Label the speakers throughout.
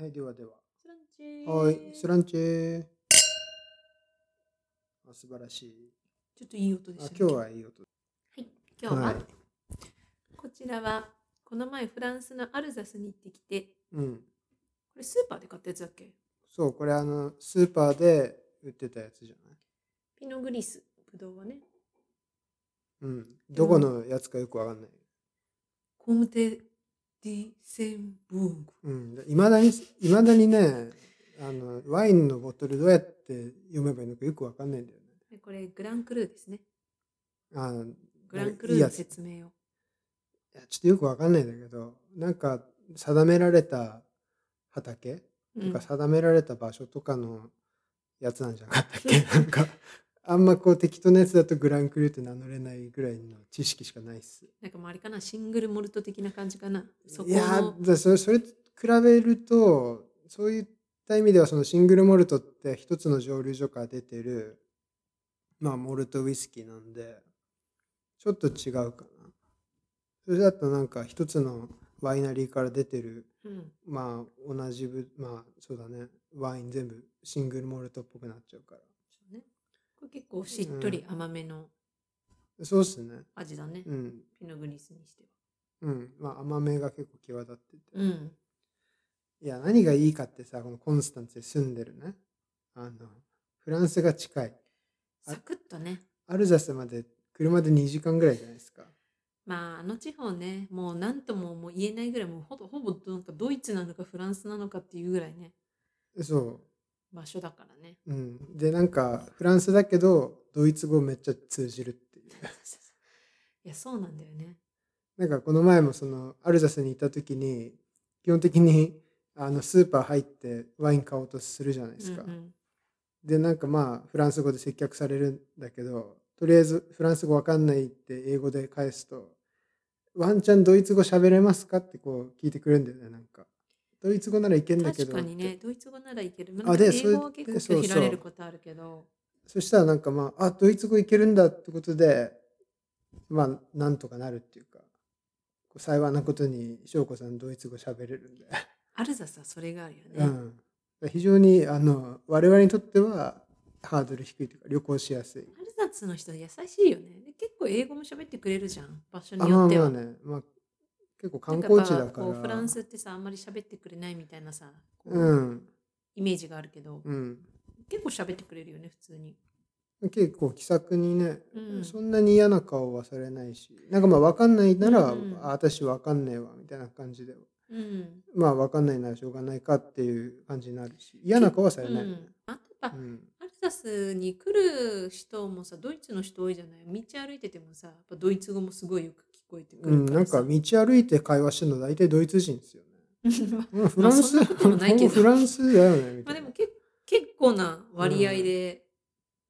Speaker 1: はい、ではでは。
Speaker 2: スランチー
Speaker 1: はい、スランチェあ、素晴らしい。
Speaker 2: ちょっといい音でし
Speaker 1: あ
Speaker 2: た、ね、
Speaker 1: 今日はいい音。
Speaker 2: 今日は、
Speaker 1: はい
Speaker 2: こちらはこの前フランスのアルザスに行ってきてこ
Speaker 1: うん。
Speaker 2: れスーパーで買ったやつだっけ
Speaker 1: そう、これあの、スーパーで売ってたやつじゃない
Speaker 2: ピノグリスぶどうはね
Speaker 1: うん。どこのやつかよくわかんない。
Speaker 2: コムテ・ディ・センブーグ
Speaker 1: うん。いまだに、いまだにね、あの、ワインのボトルどうやって読めばいいのかよくわかんないんだよね。
Speaker 2: はいこれグランクルーですね
Speaker 1: あ
Speaker 2: グランクルーの説明を
Speaker 1: いやちょっとよくわかんないんだけど、なんか、定められた畑
Speaker 2: う
Speaker 1: と
Speaker 2: ん
Speaker 1: か定められた場所とかのやつなんじゃなかったっけ、なんかあんまこう適当なやつだとグランクルーって名乗れないぐらいの知識しかないっす。
Speaker 2: なんかもうあれかなシングルモルト的な感じかなそこ
Speaker 1: いや
Speaker 2: の
Speaker 1: ーだそれそれと比べるとそういった意味ではそのシングルモルトって一つの蒸留所から出てるまあモルトウイスキーなんでちょっと違うかな。それだとなんか一つのワイナリーから出てる
Speaker 2: うん、
Speaker 1: まあ同じぶまあそうだねワイン全部シングルモルトっぽくなっちゃうから。
Speaker 2: そうねこれ結構しっとり甘めの
Speaker 1: そうっすね。
Speaker 2: 味だね、
Speaker 1: うん。
Speaker 2: ピノグリスにして
Speaker 1: う
Speaker 2: は
Speaker 1: ん。まあ甘めが結構際立ってて。
Speaker 2: うん
Speaker 1: いや、何がいいかってさ、このコンスタンツに住んでるね。あの、フランスが近い。あ
Speaker 2: サクッとね
Speaker 1: アルザスまで車で2時間ぐらいじゃないですか。
Speaker 2: まああの地方ねもう何とももう言えないぐらいもうほぼほぼなんかドイツなのかフランスなのかっていうぐらいね
Speaker 1: そ
Speaker 2: 場所だから ね
Speaker 1: う。うん。で、なんか、フランスだけど、ドイツ語めっちゃ通じるっていう。
Speaker 2: いやそうなんだよね
Speaker 1: なんか、この前もその、アルザスに行った時に、基本的に、あの、スーパー入ってワイン買おうとするじゃないですか。
Speaker 2: うんうん
Speaker 1: でなんかまあフランス語で接客されるんだけどとりあえずフランス語わかんないって英語で返すと「ワンチャンドイツ語喋れますか?」ってこう聞いてくるんだよねなんかドイツ語ならいけんだけ
Speaker 2: 確
Speaker 1: ど
Speaker 2: かにねドイツ語ならいける、まあ、
Speaker 1: あでそ
Speaker 2: 英
Speaker 1: れ
Speaker 2: 語は結構
Speaker 1: そうそう
Speaker 2: 拒否られることあるけど
Speaker 1: そしたらなんかまああドイツ語いけるんだってことでまあなんとかなるっていうかこう幸いなことに翔子さんドイツ語喋れるんで、
Speaker 2: アルザスはそれがあるよね、
Speaker 1: うん、非常にあの我々にとってはハードル低いというか旅行しやすい。
Speaker 2: アルザスの人優しいよねで結構英語も喋ってくれるじゃん場所
Speaker 1: あ
Speaker 2: に
Speaker 1: ま
Speaker 2: よ
Speaker 1: あ
Speaker 2: って
Speaker 1: ま
Speaker 2: は、
Speaker 1: あね、まあ、結構観光地だから。
Speaker 2: こうフランスってさあんまり喋ってくれないみたいなさこう
Speaker 1: うん、
Speaker 2: イメージがあるけど、
Speaker 1: うん。
Speaker 2: 結構喋ってくれるよね普通に、
Speaker 1: 結構気さくにね、
Speaker 2: うん
Speaker 1: そんなに嫌な顔はされないし、なんかまあ分かんないなら、
Speaker 2: うんうん
Speaker 1: あ私分かんねえわみたいな感じで、
Speaker 2: うん、
Speaker 1: まあ分かんないならしょうがないかっていう感じになるし、嫌な顔はされない。
Speaker 2: う
Speaker 1: うん
Speaker 2: ん、あとやっぱ、
Speaker 1: うん
Speaker 2: アルザスに来る人もさドイツの人多いじゃない道歩いててもさやっぱドイツ語もすごいよく聞こえてくる
Speaker 1: なん
Speaker 2: さ
Speaker 1: か道歩いて会話してるの大体ドイツ人ですよね。うんフランス、
Speaker 2: まあそんなこともないけど
Speaker 1: フランスだよねみた
Speaker 2: まあ
Speaker 1: い
Speaker 2: で
Speaker 1: な
Speaker 2: も。け結構な割合で、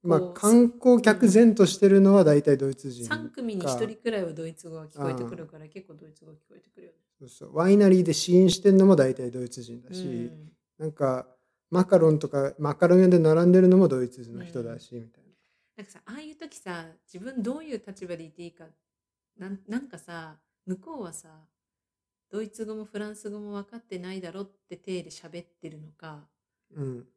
Speaker 1: まあ
Speaker 2: こう
Speaker 1: 観光客前としてるのは大体ドイツ人。
Speaker 2: 3組に1人くらいはドイツ語が聞こえてくるから結構ドイツ語聞こえてくるよね。
Speaker 1: そうそうワイナリーで試飲してるのも大体ドイツ人だし、
Speaker 2: うん
Speaker 1: なんかマカロンとかマカロン屋で並んでるのもドイツ人の人だし、みたい
Speaker 2: なんかさああいう時さ自分どういう立場でいていいかなんなんかさ向こうはさドイツ語もフランス語も分かってないだろって体で喋ってるのか
Speaker 1: な。うん、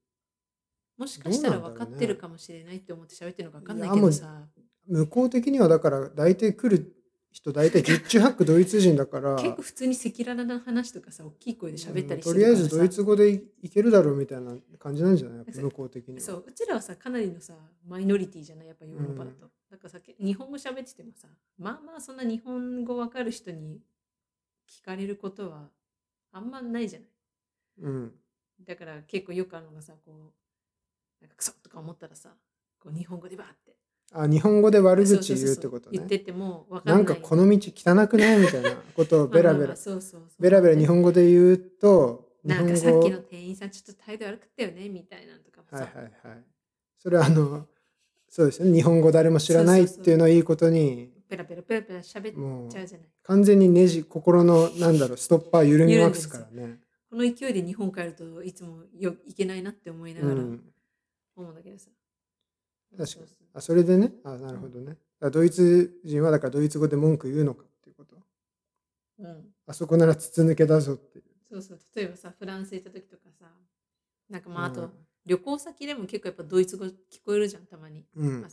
Speaker 2: もしかしたら
Speaker 1: どうなんだ
Speaker 2: 分か
Speaker 1: ろう
Speaker 2: っ
Speaker 1: ね
Speaker 2: てるかもしれないって思って喋ってるのか分かんない
Speaker 1: いや
Speaker 2: けどさ
Speaker 1: 向こう的にはだから大体来る人大体十中八九ドイツ人だから
Speaker 2: 結構普通に赤裸々な話とかさ大きい声で喋ったりして
Speaker 1: と
Speaker 2: る
Speaker 1: りあ
Speaker 2: か
Speaker 1: え
Speaker 2: ら
Speaker 1: ず
Speaker 2: さ
Speaker 1: ドイツ語でいいけるだろうみたいな感じなんじゃない向こう的には。
Speaker 2: そううちらはさかなりのさマイノリティじゃないやっぱヨーロッパだと、
Speaker 1: う
Speaker 2: なんかさけ日本語喋っててもさまあまあそんな日本語分かる人に聞かれることはあんまないじゃない
Speaker 1: うん、
Speaker 2: だから結構よくあるのがさこうなんかクソとか思ったらさこう日本語でバーって
Speaker 1: あ日本語で悪
Speaker 2: そう
Speaker 1: 口
Speaker 2: そうそう
Speaker 1: 言うってことね。
Speaker 2: 言ってても分かん
Speaker 1: な
Speaker 2: ない
Speaker 1: んかこの道汚くないみたいなことをベラ
Speaker 2: まあま
Speaker 1: ベラ
Speaker 2: あまあそうそうそう
Speaker 1: ベラベラ日本語で言うと日
Speaker 2: な
Speaker 1: 本
Speaker 2: ん
Speaker 1: 語
Speaker 2: かさっきの店員さんちょっと態度悪くったよねみたいなのとかも
Speaker 1: は
Speaker 2: さ、
Speaker 1: いはいはい。それはあの、そうですね。日本語誰も知らないっていうのはいいことに、
Speaker 2: ペラペラペラペラ喋っ
Speaker 1: もう
Speaker 2: ちゃうじゃない
Speaker 1: 完全にネジ、心のなんだろう、ストッパー緩みますからね。
Speaker 2: この勢いで日本帰るといつもよいけないなって思いな
Speaker 1: う
Speaker 2: がら
Speaker 1: ん。
Speaker 2: 思うんだけどさ、
Speaker 1: 確
Speaker 2: そうそう
Speaker 1: あ、それでね、あ、なるほどね。だからドイツ人はだからドイツ語で文句言うのかっていうこと。
Speaker 2: うん
Speaker 1: あそこなら筒抜けだぞっていう。
Speaker 2: そうそう例えばさフランス行った時とかなんかまああと旅行先でも結構やっぱドイツ語聞こえるじゃんたまに、
Speaker 1: うん、うん
Speaker 2: まあ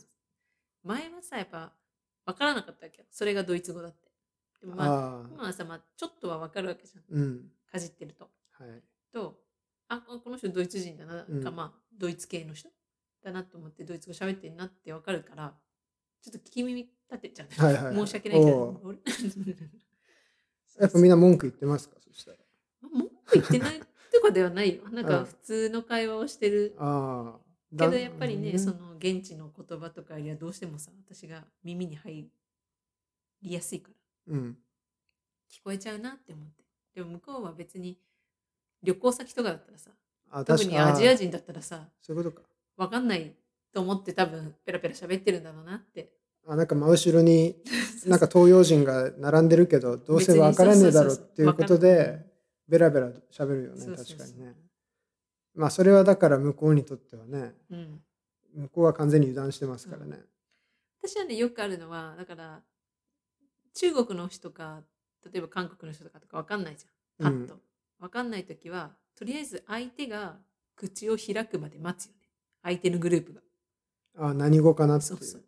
Speaker 2: 前はさやっぱ分からなかったわけよそれがドイツ語だってでもまあ
Speaker 1: あー
Speaker 2: 今はさ、まあ、ちょっとは分かるわけじゃん
Speaker 1: うん
Speaker 2: かじってると
Speaker 1: はい
Speaker 2: とあこの人ドイツ人だな、
Speaker 1: うん
Speaker 2: かまあドイツ系の人だなと思ってドイツ語喋ってんなって分かるからちょっと聞き耳立てちゃう、
Speaker 1: はいはいはい
Speaker 2: 申し訳ないけ
Speaker 1: お
Speaker 2: ど
Speaker 1: う
Speaker 2: 俺
Speaker 1: やっぱみんな文句言ってますかそしたら
Speaker 2: 文句言ってないとかではないよなん
Speaker 1: うん
Speaker 2: か普通の会話をしてる
Speaker 1: ああ
Speaker 2: け
Speaker 1: だ
Speaker 2: どやっぱりね、
Speaker 1: うん
Speaker 2: その現地の言葉とかよりはどうしてもさ私が耳に入りやすいから
Speaker 1: うん
Speaker 2: 聞こえちゃうなって思ってでも向こうは別に旅行先とかだったらさ
Speaker 1: あ
Speaker 2: 特
Speaker 1: 確
Speaker 2: に
Speaker 1: か
Speaker 2: アジア
Speaker 1: あー
Speaker 2: 人だったらさ
Speaker 1: そういうことか
Speaker 2: わかんないと思って多分ペラペラ喋ってるんだろうなって
Speaker 1: あなんか真後ろ に なんか東洋人が並んでるけどどうせ分からねえだろうっていうこと
Speaker 2: 別にそうそうそうわ
Speaker 1: で
Speaker 2: か
Speaker 1: ベラベラ喋るよね
Speaker 2: そうそうそ
Speaker 1: 確
Speaker 2: う
Speaker 1: かにねまあそれはだから向こうにとってはね
Speaker 2: うん
Speaker 1: 向こうは完全に油断してますからね、
Speaker 2: 私はねよくあるのはだから中国の人か例えば韓国の人とかとかわかんないじゃんパッと、わかんない時はとりあえず相手が口を開くまで待つよね相手のグループが
Speaker 1: あ何語かなってい
Speaker 2: そううそう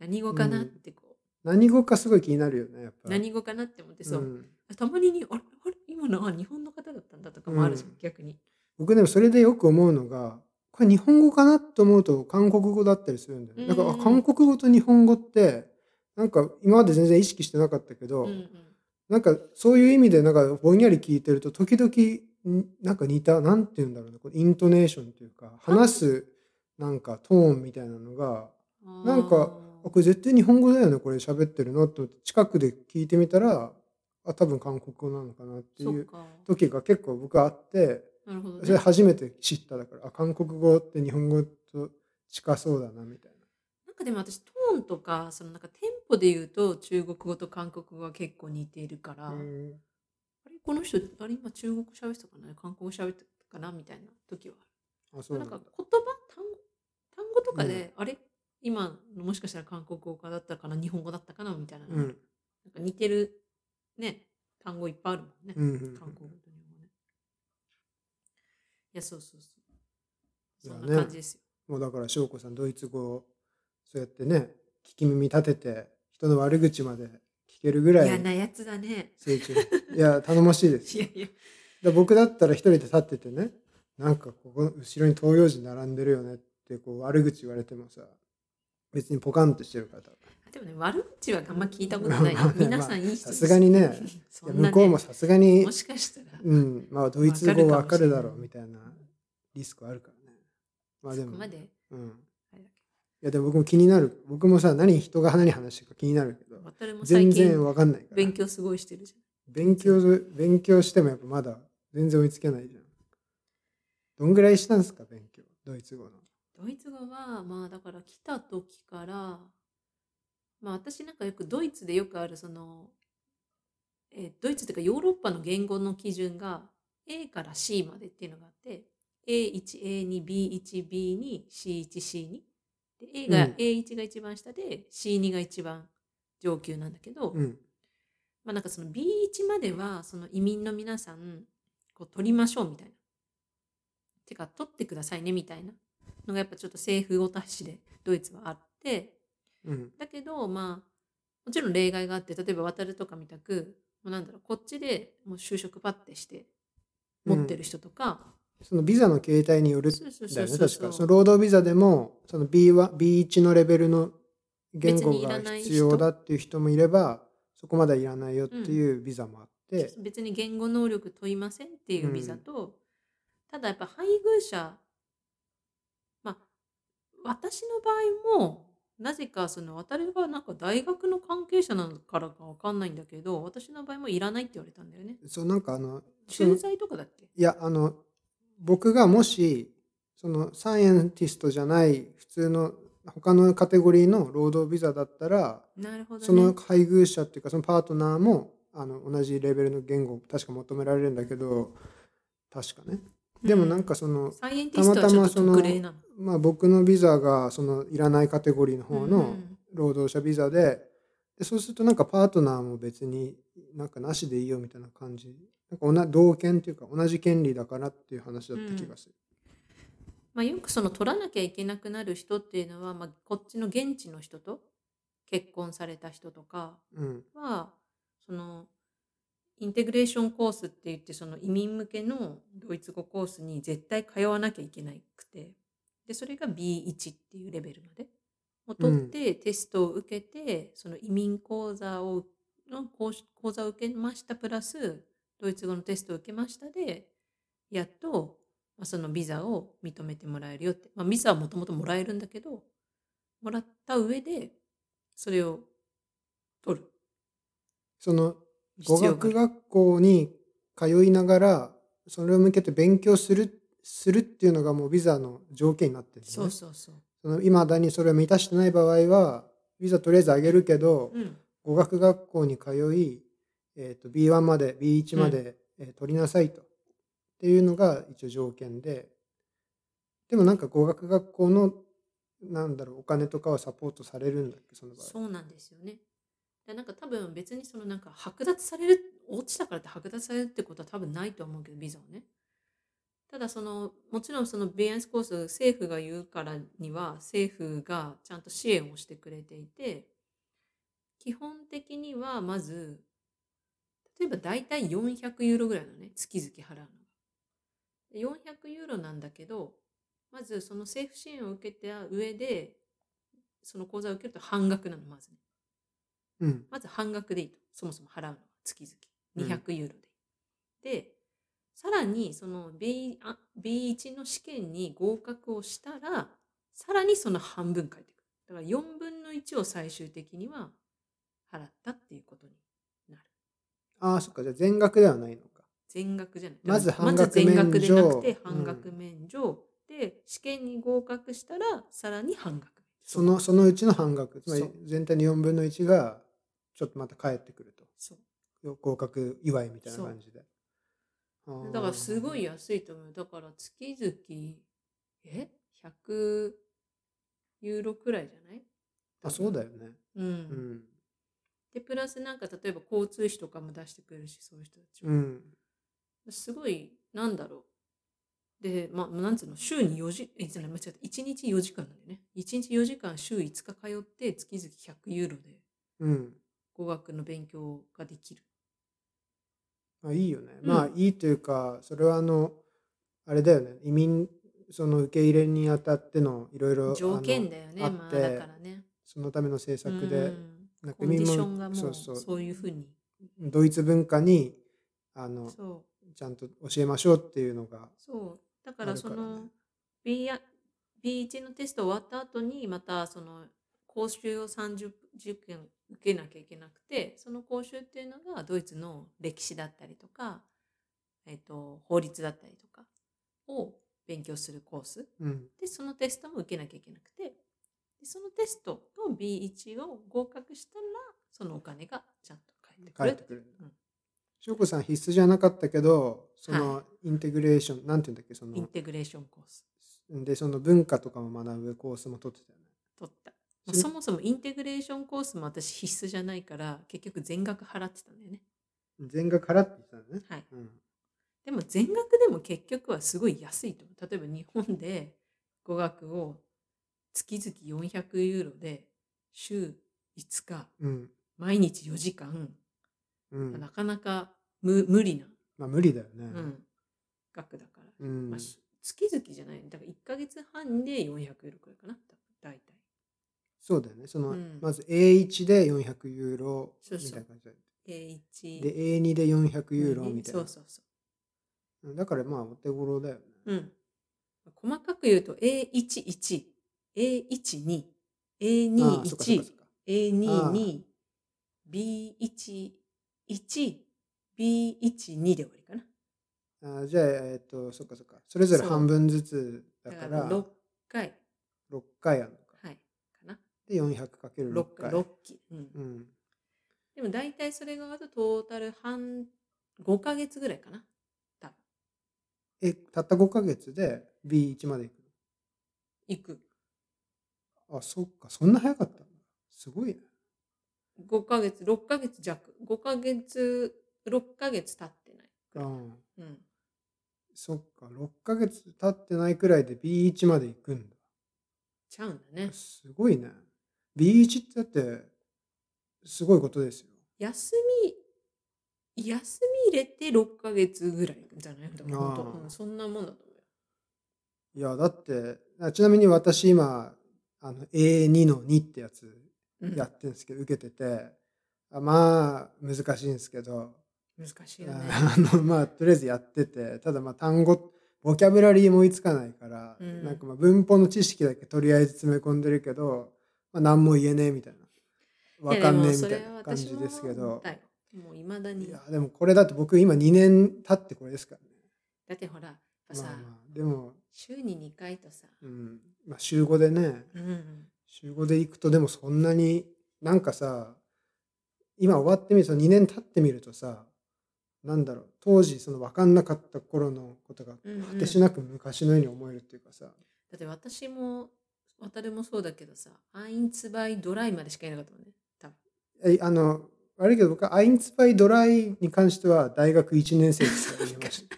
Speaker 2: 何語かなってこう、
Speaker 1: 何語かすごい気になるよねやっぱ
Speaker 2: 何語かなって思ってそう、
Speaker 1: ん
Speaker 2: たまににあれあれ今のあ日本の方だったんだとかもあるじゃん、
Speaker 1: うん
Speaker 2: 逆に
Speaker 1: 僕でもそれでよく思うのがこれ日本語かなと思うと韓国語だったりするんだよねだからあ
Speaker 2: うん
Speaker 1: 韓国語と日本語ってなんか今まで全然意識してなかったけど、
Speaker 2: うんうん
Speaker 1: なんかそういう意味でなんかぼんやり聞いてると時々んなんか似たなんて言うんだろうねこれイントネーションというか話すなんかトーンみたいなのが
Speaker 2: あー
Speaker 1: なんかあこれ絶対日本語だよねこれ喋ってるなと思って近くで聞いてみたらあ多分韓国語なのかなってい
Speaker 2: そうっか
Speaker 1: 時が結構僕あって
Speaker 2: なるほど、
Speaker 1: それ初めて知っただからあ韓国語って日本語と近そうだなみたい
Speaker 2: なんかでも私トーンとかそのなんかテンポで言うと中国語と韓国語は結構似ているから、
Speaker 1: な。う
Speaker 2: あれ
Speaker 1: ん
Speaker 2: この人あれ今中国語喋ってたかな韓国語喋ってたかなみたいな時は
Speaker 1: あそうな
Speaker 2: なん
Speaker 1: ん
Speaker 2: か
Speaker 1: だ
Speaker 2: 言葉単語単語とかで、あれ今のもしかしたら韓国語だったかな日本語だったかなみたいな,、
Speaker 1: うんう
Speaker 2: なん
Speaker 1: ん
Speaker 2: か似てるね単語いっぱいあるもんね、
Speaker 1: うんうん
Speaker 2: 韓国語と日本語ねいやそうそうそうそ
Speaker 1: いや
Speaker 2: ん
Speaker 1: ね
Speaker 2: な感じですよ、
Speaker 1: もうだから翔子さんドイツ語をそうやってね聞き耳立てて人の悪口まで聞けるぐらい
Speaker 2: 嫌なやつだね
Speaker 1: 成長いや頼もしい です
Speaker 2: いやいや
Speaker 1: だ僕だったら一人で立っててねなんかここ後ろに東洋人並んでるよねってこう悪口言われてもさ別にポカンとしてる方
Speaker 2: でもね、悪口はあんま聞いたことない よ
Speaker 1: まあ。ね
Speaker 2: 皆さんいい人です
Speaker 1: さすがにね
Speaker 2: そ
Speaker 1: いや
Speaker 2: んなね
Speaker 1: 向こうもさすがに
Speaker 2: もしかしたら、
Speaker 1: うん、まあドイツ語わ
Speaker 2: わ
Speaker 1: か
Speaker 2: か
Speaker 1: る
Speaker 2: る
Speaker 1: だ
Speaker 2: か
Speaker 1: ろう
Speaker 2: も
Speaker 1: み
Speaker 2: した
Speaker 1: いなリスクあるからね。まあで
Speaker 2: そこ
Speaker 1: も、
Speaker 2: まで
Speaker 1: うん。
Speaker 2: あれ
Speaker 1: い
Speaker 2: だけ
Speaker 1: やでも僕も気になる。僕もさ、何人が何話してるか気になるけど
Speaker 2: ど、、渡るも最
Speaker 1: 全
Speaker 2: 近
Speaker 1: 然わかんないから。
Speaker 2: 勉強すごいしてるじ
Speaker 1: 勉強勉強してもやっぱまだ全然追いつけないじゃん。どんぐらいしたんですか、勉強。ドイツ語の。
Speaker 2: ゃん。ドイツ語は、まあだから来た時から、まあ私なんかよくドイツでよくあるその、えードイツというかヨーロッパの言語の基準が A から C までっていうのがあって、A1、A2、B1、B2、C1、C2。で A が、
Speaker 1: うん
Speaker 2: A1 が一番下で C2 が一番上級なんだけど、
Speaker 1: うん。
Speaker 2: まあなんかその B1 まではその移民の皆さんこう取りましょうみたいな。てか取ってくださいねみたいなのがやっぱちょっと政府ごとしでドイツはあって
Speaker 1: うん。
Speaker 2: だけどまあもちろん例外があって例えば渡るとかみたくもうなんだろうこっちでもう就職パッてして持ってる人とか、
Speaker 1: そのビザの形態によるんだ
Speaker 2: そ
Speaker 1: よ
Speaker 2: うそう
Speaker 1: ね、
Speaker 2: そうそう
Speaker 1: 確か。その労働ビザでも、その B1、B1 のレベルの言語が必要だっていう人もいれば、そこまではいらないよっていうビザもあって、
Speaker 2: 別に言語能力問いませんっていうビザと、ただやっぱ配偶者まあ私の場合もなぜかその渡るはなんか大学の関係者なのからかわかんないんだけど私の場合もいらないって言われたんだよね
Speaker 1: そうなんかあのその
Speaker 2: 駐在とかだっけ
Speaker 1: いやあの僕がもしそのサイエンティストじゃない普通の他のカテゴリーの労働ビザだったら、
Speaker 2: なるほど、ね、
Speaker 1: その配偶者っていうかそのパートナーもあの同じレベルの言語を確か求められるんだけど確かねでもなんかその、
Speaker 2: サイエンティストはちょっと特例なの
Speaker 1: まあ、僕のビザがそのいらないカテゴリーの方
Speaker 2: うんう
Speaker 1: の
Speaker 2: ん
Speaker 1: 労働者ビザででそうするとなんかパートナーも別になんかなしでいいよみたいな感じなんか同同権というか同じ権利だからっていう話だった気がする、
Speaker 2: まあ、よくその取らなきゃいけなくなる人っていうのは、まあ、こっちの現地の人と結婚された人とか
Speaker 1: うん
Speaker 2: はそのインテグレーションコースって言ってその移民向けのドイツ語コースに絶対通わなきゃいけなくてでそれが B1 っていうレベルまでを取って、テストを受けてその移民講座をの講師講座を受けましたプラスドイツ語のテストを受けましたでやっと、まあ、そのビザを認めてもらえるよって、まあ、ビザはもともともらえるんだけどもらった上でそれを取る
Speaker 1: その語
Speaker 2: 必要があ
Speaker 1: 学
Speaker 2: る
Speaker 1: 学校に通いながらそれを向けて勉強するするっていうのがもうビザの条件になってるんだ
Speaker 2: そ
Speaker 1: ね
Speaker 2: うそうそう。
Speaker 1: その今だにそれを満たしてない場合はビザとりあえずあげるけど、
Speaker 2: うん、
Speaker 1: 語学学校に通い、えー、と B1 まで B1 まで、えー取りなさいとっていうのが一応条件ででもなんか語学学校のなんだろうお金とかはサポートされるんだっけその場合
Speaker 2: そうなんですよね。でなんか多分別にそのなんか剥奪される落ちたからって剥奪されるってことは多分ないと思うけどビザをね。ただそのもちろんそのビアンスコース政府が言うからには政府がちゃんと支援をしてくれていて基本的にはまず例えば大体400ユーロぐらいのね月々払うので400ユーロなんだけどまずその政府支援を受けた上でその講座を受けると半額なのまずね
Speaker 1: うん
Speaker 2: まず半額でいいとそもそも払うのは月
Speaker 1: うん
Speaker 2: 々200ユーロで、でさらにその B あ B1 の試験に合格をしたらさらにその半分返ってくるだから4分の1を最終的には払ったっていうことに
Speaker 1: ああそっかじゃあ全額ではないのか
Speaker 2: 全額じゃない
Speaker 1: まず半額
Speaker 2: まず全額でなくて
Speaker 1: 免除
Speaker 2: 半額免除、で試験に合格したらさらに半額
Speaker 1: そのそのうちの半額つまり
Speaker 2: そう
Speaker 1: 全体の4分の1がちょっとまた返ってくる
Speaker 2: そう
Speaker 1: と合格祝いみたいな感じであー
Speaker 2: だからすごい安いと思う。だから月々、え ?100 ユーロくらいじゃない
Speaker 1: あそうだよね
Speaker 2: うん。
Speaker 1: うん
Speaker 2: で、プラスなんか例えば交通費とかも出してくれるし、そういう人たち
Speaker 1: う
Speaker 2: も。
Speaker 1: ん
Speaker 2: すごい、なんだろう。で、まあ、なんつうの、週に4時、え、じゃない、間違った。1日4時間なんだよね。1日4時間、週5日通って、月々100ユーロで
Speaker 1: うん
Speaker 2: 語学の勉強ができる。
Speaker 1: まあ、いいよね、
Speaker 2: うん
Speaker 1: まあいいというかそれはあのあれだよね移民その受け入れにあたってのいろいろ
Speaker 2: 条件だよ
Speaker 1: あ
Speaker 2: ね。
Speaker 1: の
Speaker 2: ま
Speaker 1: あっ
Speaker 2: あ、
Speaker 1: て
Speaker 2: だからね。
Speaker 1: そのための政策で、
Speaker 2: うん
Speaker 1: なん
Speaker 2: コンディション
Speaker 1: 移
Speaker 2: がもう、
Speaker 1: 民
Speaker 2: そう
Speaker 1: そうそう
Speaker 2: いうふうに。
Speaker 1: ドイツ文化にあの
Speaker 2: そう。
Speaker 1: ちゃんと教えましょうっていうのが
Speaker 2: そうだか
Speaker 1: あ
Speaker 2: ら
Speaker 1: るか
Speaker 2: そ
Speaker 1: らね
Speaker 2: の B や B1 のテスト終わった後にまたその講習を30受験受けなきゃいけなくてその講習っていうのがドイツの歴史だったりとか、えっと法律だったりとかを勉強するコース
Speaker 1: うん
Speaker 2: でそのテストも受けなきゃいけなくてでそのテストの B1 を合格したらそのお金がちゃんと返ってく
Speaker 1: 返
Speaker 2: る
Speaker 1: って
Speaker 2: って
Speaker 1: く
Speaker 2: いう
Speaker 1: る
Speaker 2: うん
Speaker 1: 翔子さん必須じゃなかったけどそのインテグレーション、なんていうんだっけそ
Speaker 2: イン
Speaker 1: の
Speaker 2: テグレーションコース
Speaker 1: でその文化とかも学ぶコースも取ってたよね
Speaker 2: 取った。まあ
Speaker 1: し
Speaker 2: そもそもインテグレーションコースも私必須じゃないから結局全額払ってたんだよね。
Speaker 1: 全額払ってたよね、
Speaker 2: はい、
Speaker 1: うん、
Speaker 2: でも全額でも結局はすごい安いと思う。例えば日本で語学を月々400ユーロで週5日
Speaker 1: うん
Speaker 2: 毎日4時間、
Speaker 1: うん
Speaker 2: なかなか無無理な、
Speaker 1: まあ無理だよ
Speaker 2: う
Speaker 1: ね
Speaker 2: ん額だから、
Speaker 1: うん、
Speaker 2: まあ。し月々じゃない。だから1ヶ月半で400ユーロくらいかな。だいたい。
Speaker 1: そうだよね。その、
Speaker 2: うん
Speaker 1: まず A1 で400ユーロ
Speaker 2: そう
Speaker 1: み
Speaker 2: そう
Speaker 1: たいな感じだよ
Speaker 2: A1
Speaker 1: で、A2 で400ユーロみたいな。
Speaker 2: そうそうそう。
Speaker 1: うんだからまあ、お手頃だよね。
Speaker 2: うん。細かく言うと A11、A12、
Speaker 1: ああそっかそっかそ
Speaker 2: A21、
Speaker 1: っか
Speaker 2: A22、B11、B12 で終わりかな。
Speaker 1: あーじゃあ、えっ、と、そっかそっか。それぞれ
Speaker 2: そう
Speaker 1: 半分ずつだ
Speaker 2: だ
Speaker 1: か
Speaker 2: から
Speaker 1: ら、
Speaker 2: 6
Speaker 1: 6
Speaker 2: 回、
Speaker 1: 回あるのか。
Speaker 2: はい、かな。
Speaker 1: で、400×6
Speaker 2: 6
Speaker 1: 回。
Speaker 2: 回、6期。うん
Speaker 1: うん。
Speaker 2: でも大体それがあとトータル半、5ヶ月ぐらいかな。多分
Speaker 1: え、たった5ヶ月で B1 まで行
Speaker 2: 行く。
Speaker 1: く。あ、そっか。そんな早かったんだ。すごいね。
Speaker 2: 5ヶ月、6ヶ月弱。5ヶ月、6ヶ月経ってない。
Speaker 1: うん。
Speaker 2: うん。
Speaker 1: そっか6ヶ月経ってないくらいで B1 まで行くんだ
Speaker 2: ちゃうんだね
Speaker 1: すごいね B1 ってだってすごいことですよ
Speaker 2: 休み休み入れて6ヶ月ぐらいじゃないんだ
Speaker 1: あー
Speaker 2: 本当、うん、そんなもんだと思うよ
Speaker 1: いやだってあちなみに私今あの A2 の2ってやつ
Speaker 2: うん
Speaker 1: やってんですけど、受けててあまあ難しいんですけど
Speaker 2: 難しいよね
Speaker 1: あのまあとりあえずやっててただまあ単語ボキャブラリーも追いつかないから、
Speaker 2: うん
Speaker 1: なんかまあ文法の知識だけとりあえず詰め込んでるけど、まあ、何も言えねえみたいなわかんねえみたいな感じですけど
Speaker 2: いやでもそれは私も思ったよもういまだに
Speaker 1: いやでもこれだって僕今2年経ってこれですからね。
Speaker 2: だってほらやっぱ
Speaker 1: まあ
Speaker 2: さ、
Speaker 1: まあ、でも、
Speaker 2: 週に2回とさ、
Speaker 1: うんまあ、週5でね
Speaker 2: うん、
Speaker 1: 週5で行くとでもそんなになんかさ今終わってみると2年経ってみるとさなんだろう当時その分かんなかった頃のことが
Speaker 2: うんうん
Speaker 1: 果てしなく昔のように思えるっていうかさ、
Speaker 2: だって私も渡るもそうだけどさアインツバイドライまでしかいなかったもんね多分
Speaker 1: えあの悪いけど僕はアインツパイドライに関しては大学1年生ですから言いました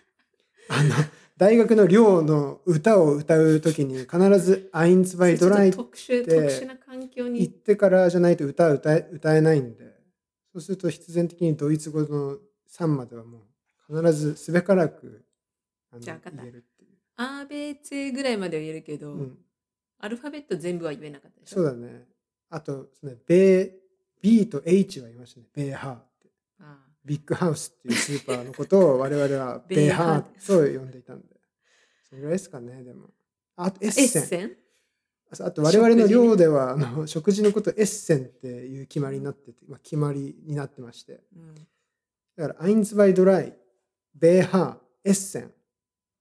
Speaker 1: あの大学の寮の歌を歌う時に必ずアインツパイドライっ
Speaker 2: ちょっと特
Speaker 1: て
Speaker 2: 殊特殊な環境
Speaker 1: 行っ
Speaker 2: に
Speaker 1: てからじゃないと歌は歌え歌えないんでそうすると必然的にドイツ語の3まではもう必ずすべからくあの
Speaker 2: じゃあわかった
Speaker 1: 言えるってい
Speaker 2: アーベーツェぐらいまでは言えるけど、
Speaker 1: う、うん、
Speaker 2: アルファベット全部は言えなかったでしょ
Speaker 1: そうだねあとそのベ B と H は言いましたねベーハーって
Speaker 2: ああ
Speaker 1: ビッグハウスっていうスーパーのことを我々はベ
Speaker 2: ベ
Speaker 1: ー
Speaker 2: ー
Speaker 1: ハ
Speaker 2: ハ
Speaker 1: ー
Speaker 2: ー
Speaker 1: ってそう呼んでいたんでそれぐらいですかねでもあとエッ
Speaker 2: エッ
Speaker 1: セン
Speaker 2: セン
Speaker 1: ああと我々の
Speaker 2: 食事ね
Speaker 1: 寮ではあの食事のことをエッセンっていう決まりになってて、まあ、決まりになってまして
Speaker 2: うん
Speaker 1: だから、アインツバイドライ、ベーハー、エッセン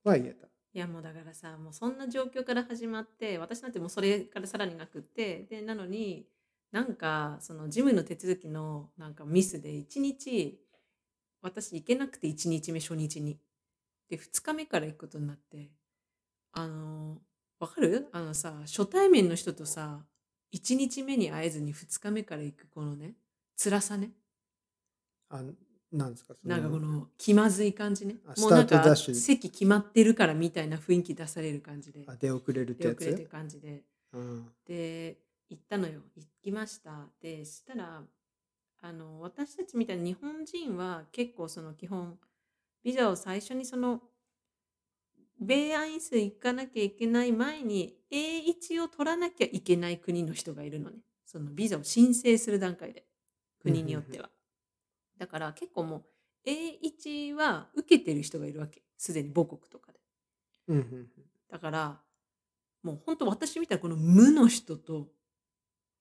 Speaker 1: は言えた。
Speaker 2: いやもうだからさもうそんな状況から始まって私なんてもうそれからさらになくってでなのになんかそのジムの手続きのなんかミスで1日私行けなくて1日目初日にで2日目から行くことになってあのわかるあのさ初対面の人とさ1日目に会えずに2日目から行くこのね辛さね
Speaker 1: あなんですかその
Speaker 2: なんかこの気まずい感じね
Speaker 1: あ
Speaker 2: もうなん
Speaker 1: スタートダッ
Speaker 2: か
Speaker 1: シュ
Speaker 2: 席決まってるからみたいな雰囲気出される感じで
Speaker 1: あ出遅れるって
Speaker 2: 出
Speaker 1: や
Speaker 2: 遅れて
Speaker 1: つ
Speaker 2: る感じで
Speaker 1: うん
Speaker 2: で行ったのよ行きましたでしたらあの私たちみたいな日本人は結構その基本ビザを最初にその米アイス行かなきゃいけない前に A1 を取らなきゃいけない国の人がいるのねそのビザを申請する段階で国によってはだから結構もう A1 は受けてる人がいるわけすでに母国とかで
Speaker 1: うんうん
Speaker 2: だから、もう本当私みたいなこの無の人と、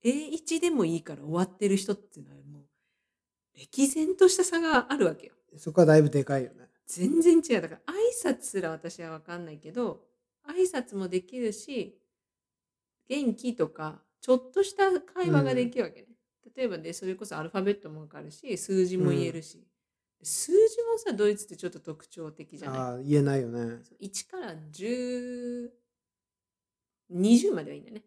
Speaker 2: A1 でもいいから終わってる人っていうのはもう、歴然とした差があるわけよ。
Speaker 1: うんそこはだいぶでかいよね。
Speaker 2: 全然違う。だから挨拶すら私はわかんないけど、挨拶もできるし、元気とか、ちょっとした会話ができるわけね。例えばね、それこそアルファベットもわかるし、数字も言えるし。数字もさ、ドイツってちょっと特徴的じゃない
Speaker 1: ああ言えないよね。
Speaker 2: そう1から10 20まではいいんだよね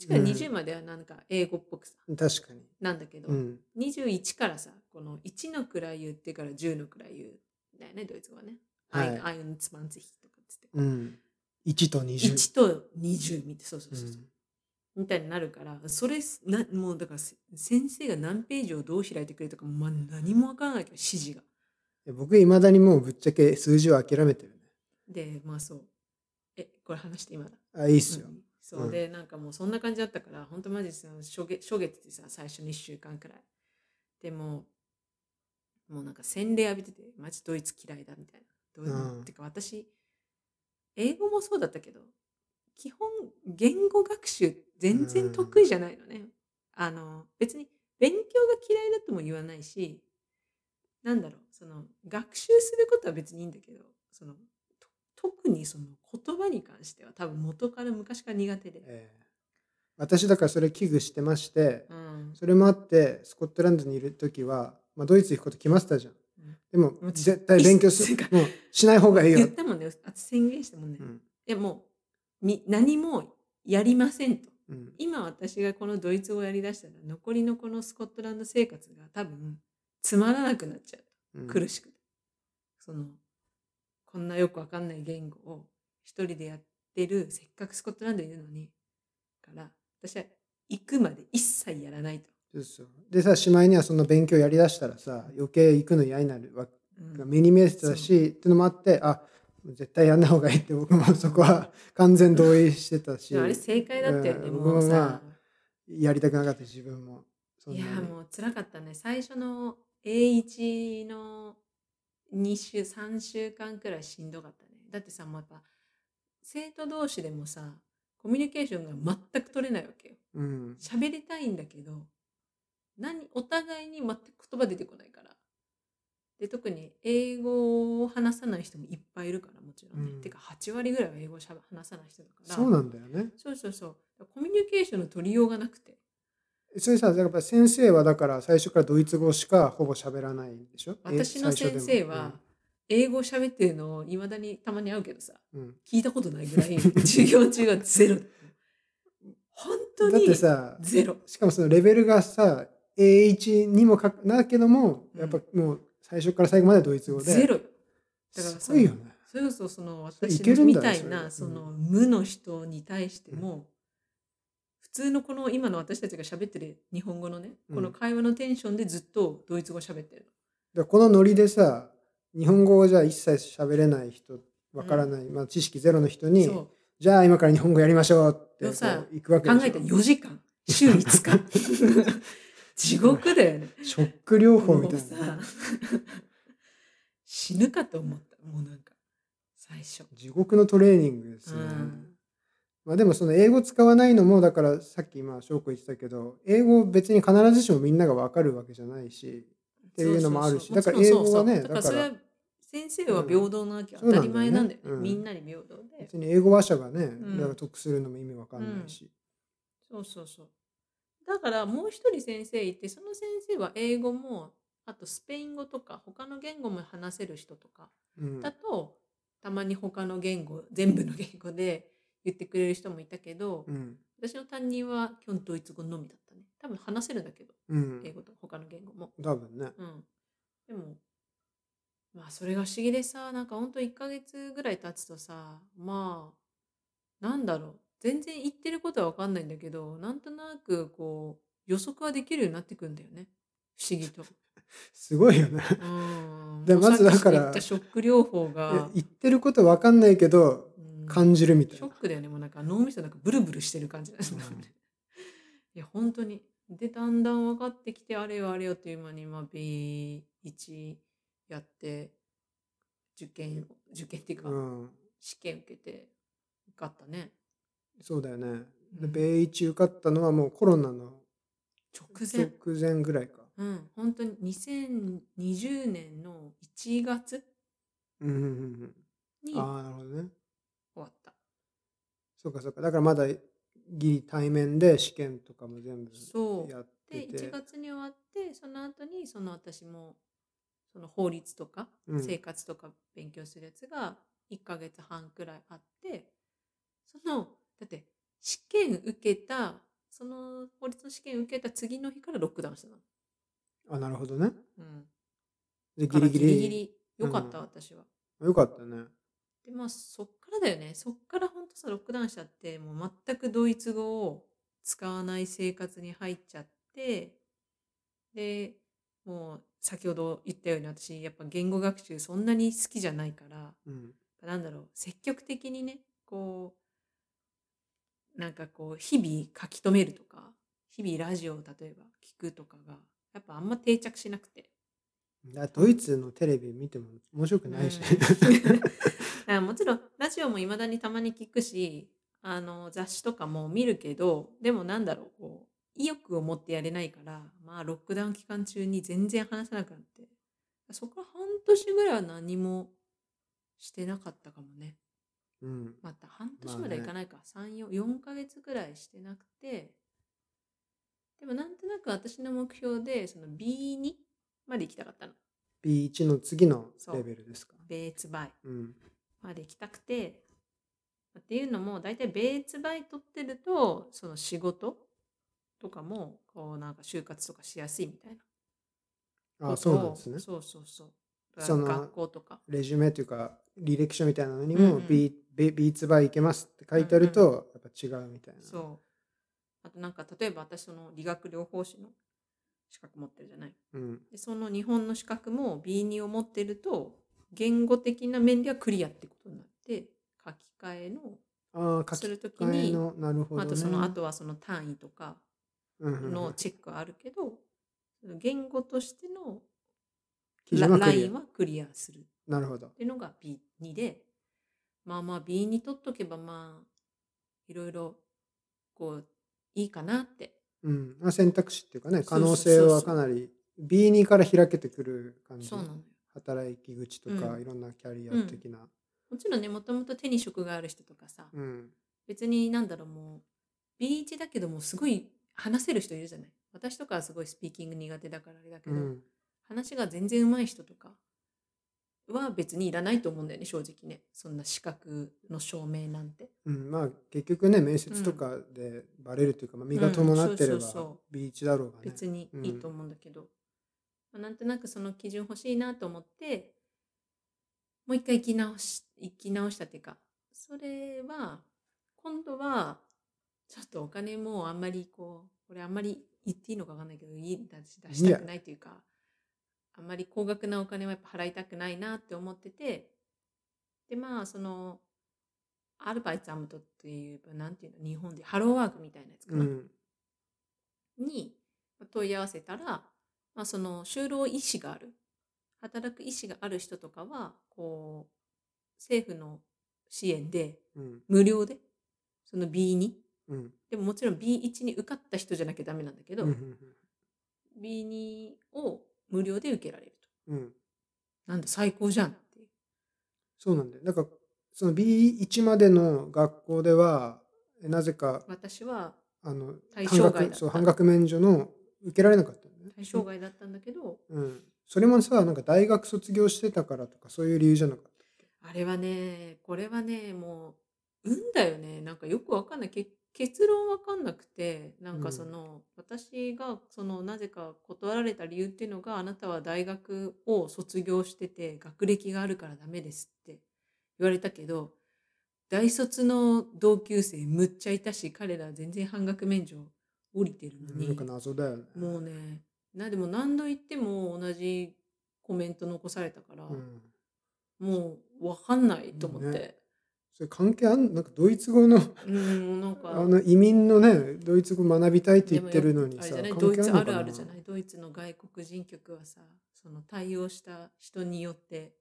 Speaker 2: 1から20まではなんか英語っぽくさ、
Speaker 1: 確かに。
Speaker 2: なんだけど、
Speaker 1: うん。
Speaker 2: 21からさこの1の位言ってから10の位言うんだよねドイツ語はね、
Speaker 1: はい
Speaker 2: アイアインツマンツヒとかっつって、
Speaker 1: うん。1と20。
Speaker 2: 1と20みたいそうそう
Speaker 1: う
Speaker 2: そう、うんみたいになるからそれなもうだからせ先生が何ページをどう開いてくれとか、まあ、何もわからないけど指示が
Speaker 1: で僕いまだにもうぶっちゃけ数字は諦めてるね。
Speaker 2: でまあそうえこれ話して今だ
Speaker 1: あいいっすよ。
Speaker 2: うんそうで、なんかもうそんな感じだったから本当マジでさ初月初月ってさ最初の1週間くらいでももうなんか洗礼浴びててマジドイツ嫌いだみたいなどう
Speaker 1: うん
Speaker 2: てか私英語もそうだったけど基本言語学習全然得意じゃないのね、あの別に勉強が嫌いだとも言わないしなんだろうその学習することは別にいいんだけどそのと特にその言葉に関しては多分元から昔から苦手で、
Speaker 1: ええ私だからそれ危惧してまして、
Speaker 2: うん、
Speaker 1: それもあってスコットランドにいる時は、まあ、ドイツ行くこと決まってたじゃん。
Speaker 2: ん
Speaker 1: でも
Speaker 2: もう
Speaker 1: 絶対勉強す
Speaker 2: い
Speaker 1: る
Speaker 2: っ。
Speaker 1: もうしない方がいいよ
Speaker 2: 言っ。たもんねあ宣言したもんね、
Speaker 1: うん
Speaker 2: でもうみ何もやりませんと
Speaker 1: うん
Speaker 2: 今私がこのドイツ語をやりだしたら残りのこのスコットランド生活が多分つまらなくなっちゃう
Speaker 1: うん
Speaker 2: 苦しくて、そのこんなよくわかんない言語を一人でやってるせっかくスコットランドにいるのにから私は行くまで一切やらないと、
Speaker 1: そうそうでさしまいにはその勉強やりだしたらさ余計行くの嫌になるわ
Speaker 2: うん
Speaker 1: 目に見えてたしってのもあってあ絶対やんない方がいいって僕もそこは完全同意してたし
Speaker 2: でもあれ正解だったよね、
Speaker 1: うん
Speaker 2: もうさ、
Speaker 1: やりたくなかった自分もそん
Speaker 2: い
Speaker 1: な
Speaker 2: や
Speaker 1: に
Speaker 2: もう辛かったね最初の A1 の2週3週間くらいしんどかったねだってさもうやっぱ生徒同士でもさコミュニケーションが全く取れないわけよ
Speaker 1: うん
Speaker 2: 喋りたいんだけど何お互いに全く言葉出てこないからで特に英語を話さない人もいっぱいいるからもちろんね、
Speaker 1: うん
Speaker 2: てか8割ぐらいは英語をしゃべ話さない人だから
Speaker 1: そうなんだよね
Speaker 2: そうそうそうコミュニケーションの取りようがなくて
Speaker 1: それさやっぱ先生はだから最初からドイツ語しかほぼ喋らないんでしょえ
Speaker 2: 私の
Speaker 1: 最初でも
Speaker 2: 先生は英語喋ってるのをいまだにたまに会うけどさ
Speaker 1: うんうん
Speaker 2: 聞いたことないぐらい 授業中はゼロ本当
Speaker 1: だっ
Speaker 2: に
Speaker 1: てさ
Speaker 2: ゼロ
Speaker 1: しかもそのレベルがさ A1 にもかくだけども
Speaker 2: うん
Speaker 1: やっぱもう最初から最後までドイツ語で
Speaker 2: ゼロだから
Speaker 1: す
Speaker 2: そ
Speaker 1: ご
Speaker 2: の
Speaker 1: いよね
Speaker 2: それこそその
Speaker 1: それい
Speaker 2: 私
Speaker 1: ける
Speaker 2: の
Speaker 1: ん
Speaker 2: み
Speaker 1: だね
Speaker 2: たい
Speaker 1: それ
Speaker 2: なそ
Speaker 1: うん
Speaker 2: の無の人に対しても普通のこの今の私たちが喋ってる日本語のね
Speaker 1: うん
Speaker 2: この会話のテンションでずっとドイツ語喋ってる
Speaker 1: でこのノリでさ日本語をじゃあ一切喋れない人わからない、まあ、知識ゼロの人
Speaker 2: の
Speaker 1: に
Speaker 2: そう
Speaker 1: じゃあ今から日本語やりましょうって
Speaker 2: でもさ
Speaker 1: こう行くわけ
Speaker 2: 考
Speaker 1: でしょ
Speaker 2: えたら4時間週5日地獄だよね
Speaker 1: ショック療法
Speaker 2: も
Speaker 1: み
Speaker 2: う
Speaker 1: たい
Speaker 2: さ
Speaker 1: な
Speaker 2: 死ぬかと思ったもうなんか最初
Speaker 1: 地獄のトレーニングですね、
Speaker 2: うん
Speaker 1: まあ、でもその英語使わないのもだからさっき今翔子言ってたけど英語別に必ずしもみんながわかるわけじゃないしっていうのもあるし
Speaker 2: そうそ
Speaker 1: だ
Speaker 2: うそう
Speaker 1: から英語は
Speaker 2: もちろんそう
Speaker 1: ね
Speaker 2: そうだから
Speaker 1: だ
Speaker 2: そ
Speaker 1: から
Speaker 2: れは先生は平等なわけ
Speaker 1: うん
Speaker 2: 当たり前なんだよね、
Speaker 1: そうなんだよねうん
Speaker 2: みんなに平等で
Speaker 1: 別に英語話者がね、
Speaker 2: ん
Speaker 1: だから得するのも意味わかんないし、
Speaker 2: そうそうそうだからもう一人先生いてその先生は英語もあとスペイン語とか他の言語も話せる人とか
Speaker 1: うん
Speaker 2: だとたまに他の言語全部の言語で言ってくれる人もいたけど、
Speaker 1: うん
Speaker 2: 私の担任は基本ドイツ語のみだったね多分話せるんだけど
Speaker 1: うん
Speaker 2: 英語とか他の言語も
Speaker 1: 多分ね
Speaker 2: うんでもまあそれが不思議でさなんかほんと1ヶ月ぐらい経つとさまあなんだろう全然言ってることは分かんないんだけどなんとなくこう予測はできるようになってくんだよね不思 議と。
Speaker 1: すごいよね
Speaker 2: うん
Speaker 1: で
Speaker 2: もう
Speaker 1: まずだ
Speaker 2: さっき
Speaker 1: から、
Speaker 2: 言ったショック療法が
Speaker 1: 言ってることわかんないけど
Speaker 2: うん
Speaker 1: 感じるみたい
Speaker 2: ショ
Speaker 1: な
Speaker 2: ッ、クだよねもうなんか脳みそなんかブルブルしてる感じなんだよね、
Speaker 1: うん
Speaker 2: いや本当にでだんだん分かってきてあれよあれよという間に、まあ、B1 やって受験受験っていうか、
Speaker 1: うん、
Speaker 2: 試験受けて受かったね
Speaker 1: そうだよねで
Speaker 2: うん
Speaker 1: 米一受かったのはもうコロナの
Speaker 2: 直前
Speaker 1: 直前ぐらいか、
Speaker 2: うん本当に2020年の1月
Speaker 1: うんうんうん
Speaker 2: に
Speaker 1: うん、
Speaker 2: 終
Speaker 1: ああなるほどね
Speaker 2: わった
Speaker 1: そうかそうかだからまだギリ対面で試験とかも全部
Speaker 2: そう
Speaker 1: やって
Speaker 2: で
Speaker 1: て
Speaker 2: 1月に終わってその後にその私もその法律とか
Speaker 1: うん
Speaker 2: 生活とか勉強するやつが1ヶ月半くらいあってそのだって試験受けたその法律の試験受けた次の日からロックダウンしたの。
Speaker 1: あなるほどね
Speaker 2: うん、
Speaker 1: でギリギリ
Speaker 2: だからギリよかった、
Speaker 1: うん
Speaker 2: 私は。
Speaker 1: よかったね
Speaker 2: でまあそっからだよねそっからほんとさロックダウンしちゃってもう全くドイツ語を使わない生活に入っちゃってでもう先ほど言ったように私やっぱ言語学習そんなに好きじゃないから
Speaker 1: うん
Speaker 2: なんだろう積極的にねこうなんかこう日々書き留めるとか日々ラジオを例えば聞くとかがやっぱあんま定着しなくて
Speaker 1: だドイツのテレビ見ても面白くないし、
Speaker 2: うんあもちろん ラジオもいまだにたまに聞くしあの雑誌とかも見るけどでもなんだろうこう意欲を持ってやれないから、まあ、ロックダウン期間中に全然話せなくなってそこから半年ぐらいは何もしてなかったかもね
Speaker 1: うん、
Speaker 2: また半
Speaker 1: まあ
Speaker 2: 年
Speaker 1: ね
Speaker 2: まではいかないか、三四34ヶ月ぐらいしてなくてでもなんとなく私の目標でその B2 まで行きたかったの
Speaker 1: B1 の次のレベルですか
Speaker 2: ベーツバイ
Speaker 1: うん
Speaker 2: まで行きたくてっていうのも大体ベーツバイ取ってるとその仕事とかもこうなんか就活とかしやすいみたいな
Speaker 1: あそうなんですね
Speaker 2: そうそうそう
Speaker 1: その
Speaker 2: 学校とか。
Speaker 1: レジュメというか履歴書みたいなのに
Speaker 2: うんう
Speaker 1: も
Speaker 2: ん
Speaker 1: ビー、ビビーツバー行けますって書いてあると、
Speaker 2: うん
Speaker 1: やっぱ違うみたいな。
Speaker 2: そう。あとなんか例えば私その理学療法士の資格持ってるじゃない。
Speaker 1: うん
Speaker 2: でその日本の資格も B2 を持ってると言語的な面ではクリアってことになって書き換えの
Speaker 1: ああ、
Speaker 2: す
Speaker 1: 書き
Speaker 2: るとき
Speaker 1: 換え
Speaker 2: に、
Speaker 1: の、なるほど、
Speaker 2: あ
Speaker 1: ね。
Speaker 2: とそのあとはその単位とか
Speaker 1: うんうんうん
Speaker 2: のチェックはあるけど、言語としての
Speaker 1: 基
Speaker 2: ラ
Speaker 1: 準はクリ
Speaker 2: ラ
Speaker 1: ア
Speaker 2: インはクリアするっ
Speaker 1: なるほど。
Speaker 2: ていうのが B2 でまあまあ B2 取っとけばまあいろいろこういいかなって
Speaker 1: うん、まあ選択肢っていうかね、
Speaker 2: そ
Speaker 1: 可
Speaker 2: うそう
Speaker 1: 能
Speaker 2: そうそう
Speaker 1: 性はかなり B2 から開けてくる感じ。
Speaker 2: そうなのよ
Speaker 1: 働き口とか、
Speaker 2: うん
Speaker 1: いろんなキャリア的な。
Speaker 2: もちろんねもともと手に職がある人とかさ、
Speaker 1: うん。
Speaker 2: 別になんだろうもう B1 だけどもすごい話せる人いるじゃない私とかはすごいスピーキング苦手だからあれだけ
Speaker 1: う
Speaker 2: ど、
Speaker 1: ん。
Speaker 2: 話が全然上手い人とかは別にいらないと思うんだよね正直ねそんな資格の証明なんて
Speaker 1: うん、まあ結局ね、面接とかでバレるというか、まあ身が伴ってれ
Speaker 2: うんそうそう
Speaker 1: ば
Speaker 2: そ、
Speaker 1: B1 だろうがね。
Speaker 2: 別にいいと思うんだけど、まあなんとなくその基準欲しいなと思ってもう一回生き直し生き直したっていうかそれは今度はちょっとお金もあんまりこうこれあんまり言っていいのかわかんないけどいい出し出したくないというかあんまり高額なお金はやっぱ払いたくないなって思っててでまあそのアルバイツアムトっていうなんていうの日本でハローワークみたいなやつか
Speaker 1: う
Speaker 2: な、
Speaker 1: ん。
Speaker 2: にまあ問い合わせたら、まあ、その就労意思がある働く意思がある人とかはこう政府の支援で
Speaker 1: うん。
Speaker 2: 無料でその B2
Speaker 1: うん。
Speaker 2: でももちろん B1 に受かった人じゃなきゃダメなんだけ
Speaker 1: う
Speaker 2: ど、
Speaker 1: ん。うん。
Speaker 2: B2 を無料で受けられると
Speaker 1: うん。
Speaker 2: なんだ最高じゃんっていう
Speaker 1: そうなんだよ。だから、その B1 までの学校では、えなぜか、
Speaker 2: 私は
Speaker 1: あの、
Speaker 2: 対
Speaker 1: 半
Speaker 2: 象外だった
Speaker 1: 額、そう、半額免除の受けられなかったんだよね。
Speaker 2: 対象外だったんだけど、
Speaker 1: うん。それもさ、なんか大学卒業してたからとか、そういう理由じゃなかっ
Speaker 2: あれはねこれはねもう運だよねなんかよくわかんないけ結論わかんなくてなん
Speaker 1: う
Speaker 2: か
Speaker 1: ん
Speaker 2: その、私がそのなぜか断られた理由っていうのがあなたは大学を卒業してて学歴があるからダメですって言われたけど大卒の同級生むっちゃいたし彼ら全然半額免除降りてる
Speaker 1: た。
Speaker 2: のに、
Speaker 1: なんか謎だよね。
Speaker 2: もうねなでも何度言っても同じコメント残されたから。
Speaker 1: うん。
Speaker 2: もう分かんないと思って、
Speaker 1: ねそれ関係あんなんかドイツ語の
Speaker 2: うんなんか
Speaker 1: あの移民のねドイツ語学びたいって
Speaker 2: で
Speaker 1: 言
Speaker 2: も
Speaker 1: っ
Speaker 2: や
Speaker 1: てるのに
Speaker 2: あれ
Speaker 1: さ
Speaker 2: じゃない
Speaker 1: 関
Speaker 2: ドイ
Speaker 1: 係
Speaker 2: ツ
Speaker 1: んの
Speaker 2: あ
Speaker 1: か
Speaker 2: るあるじゃないドイツの外国人局はさその対応した人によって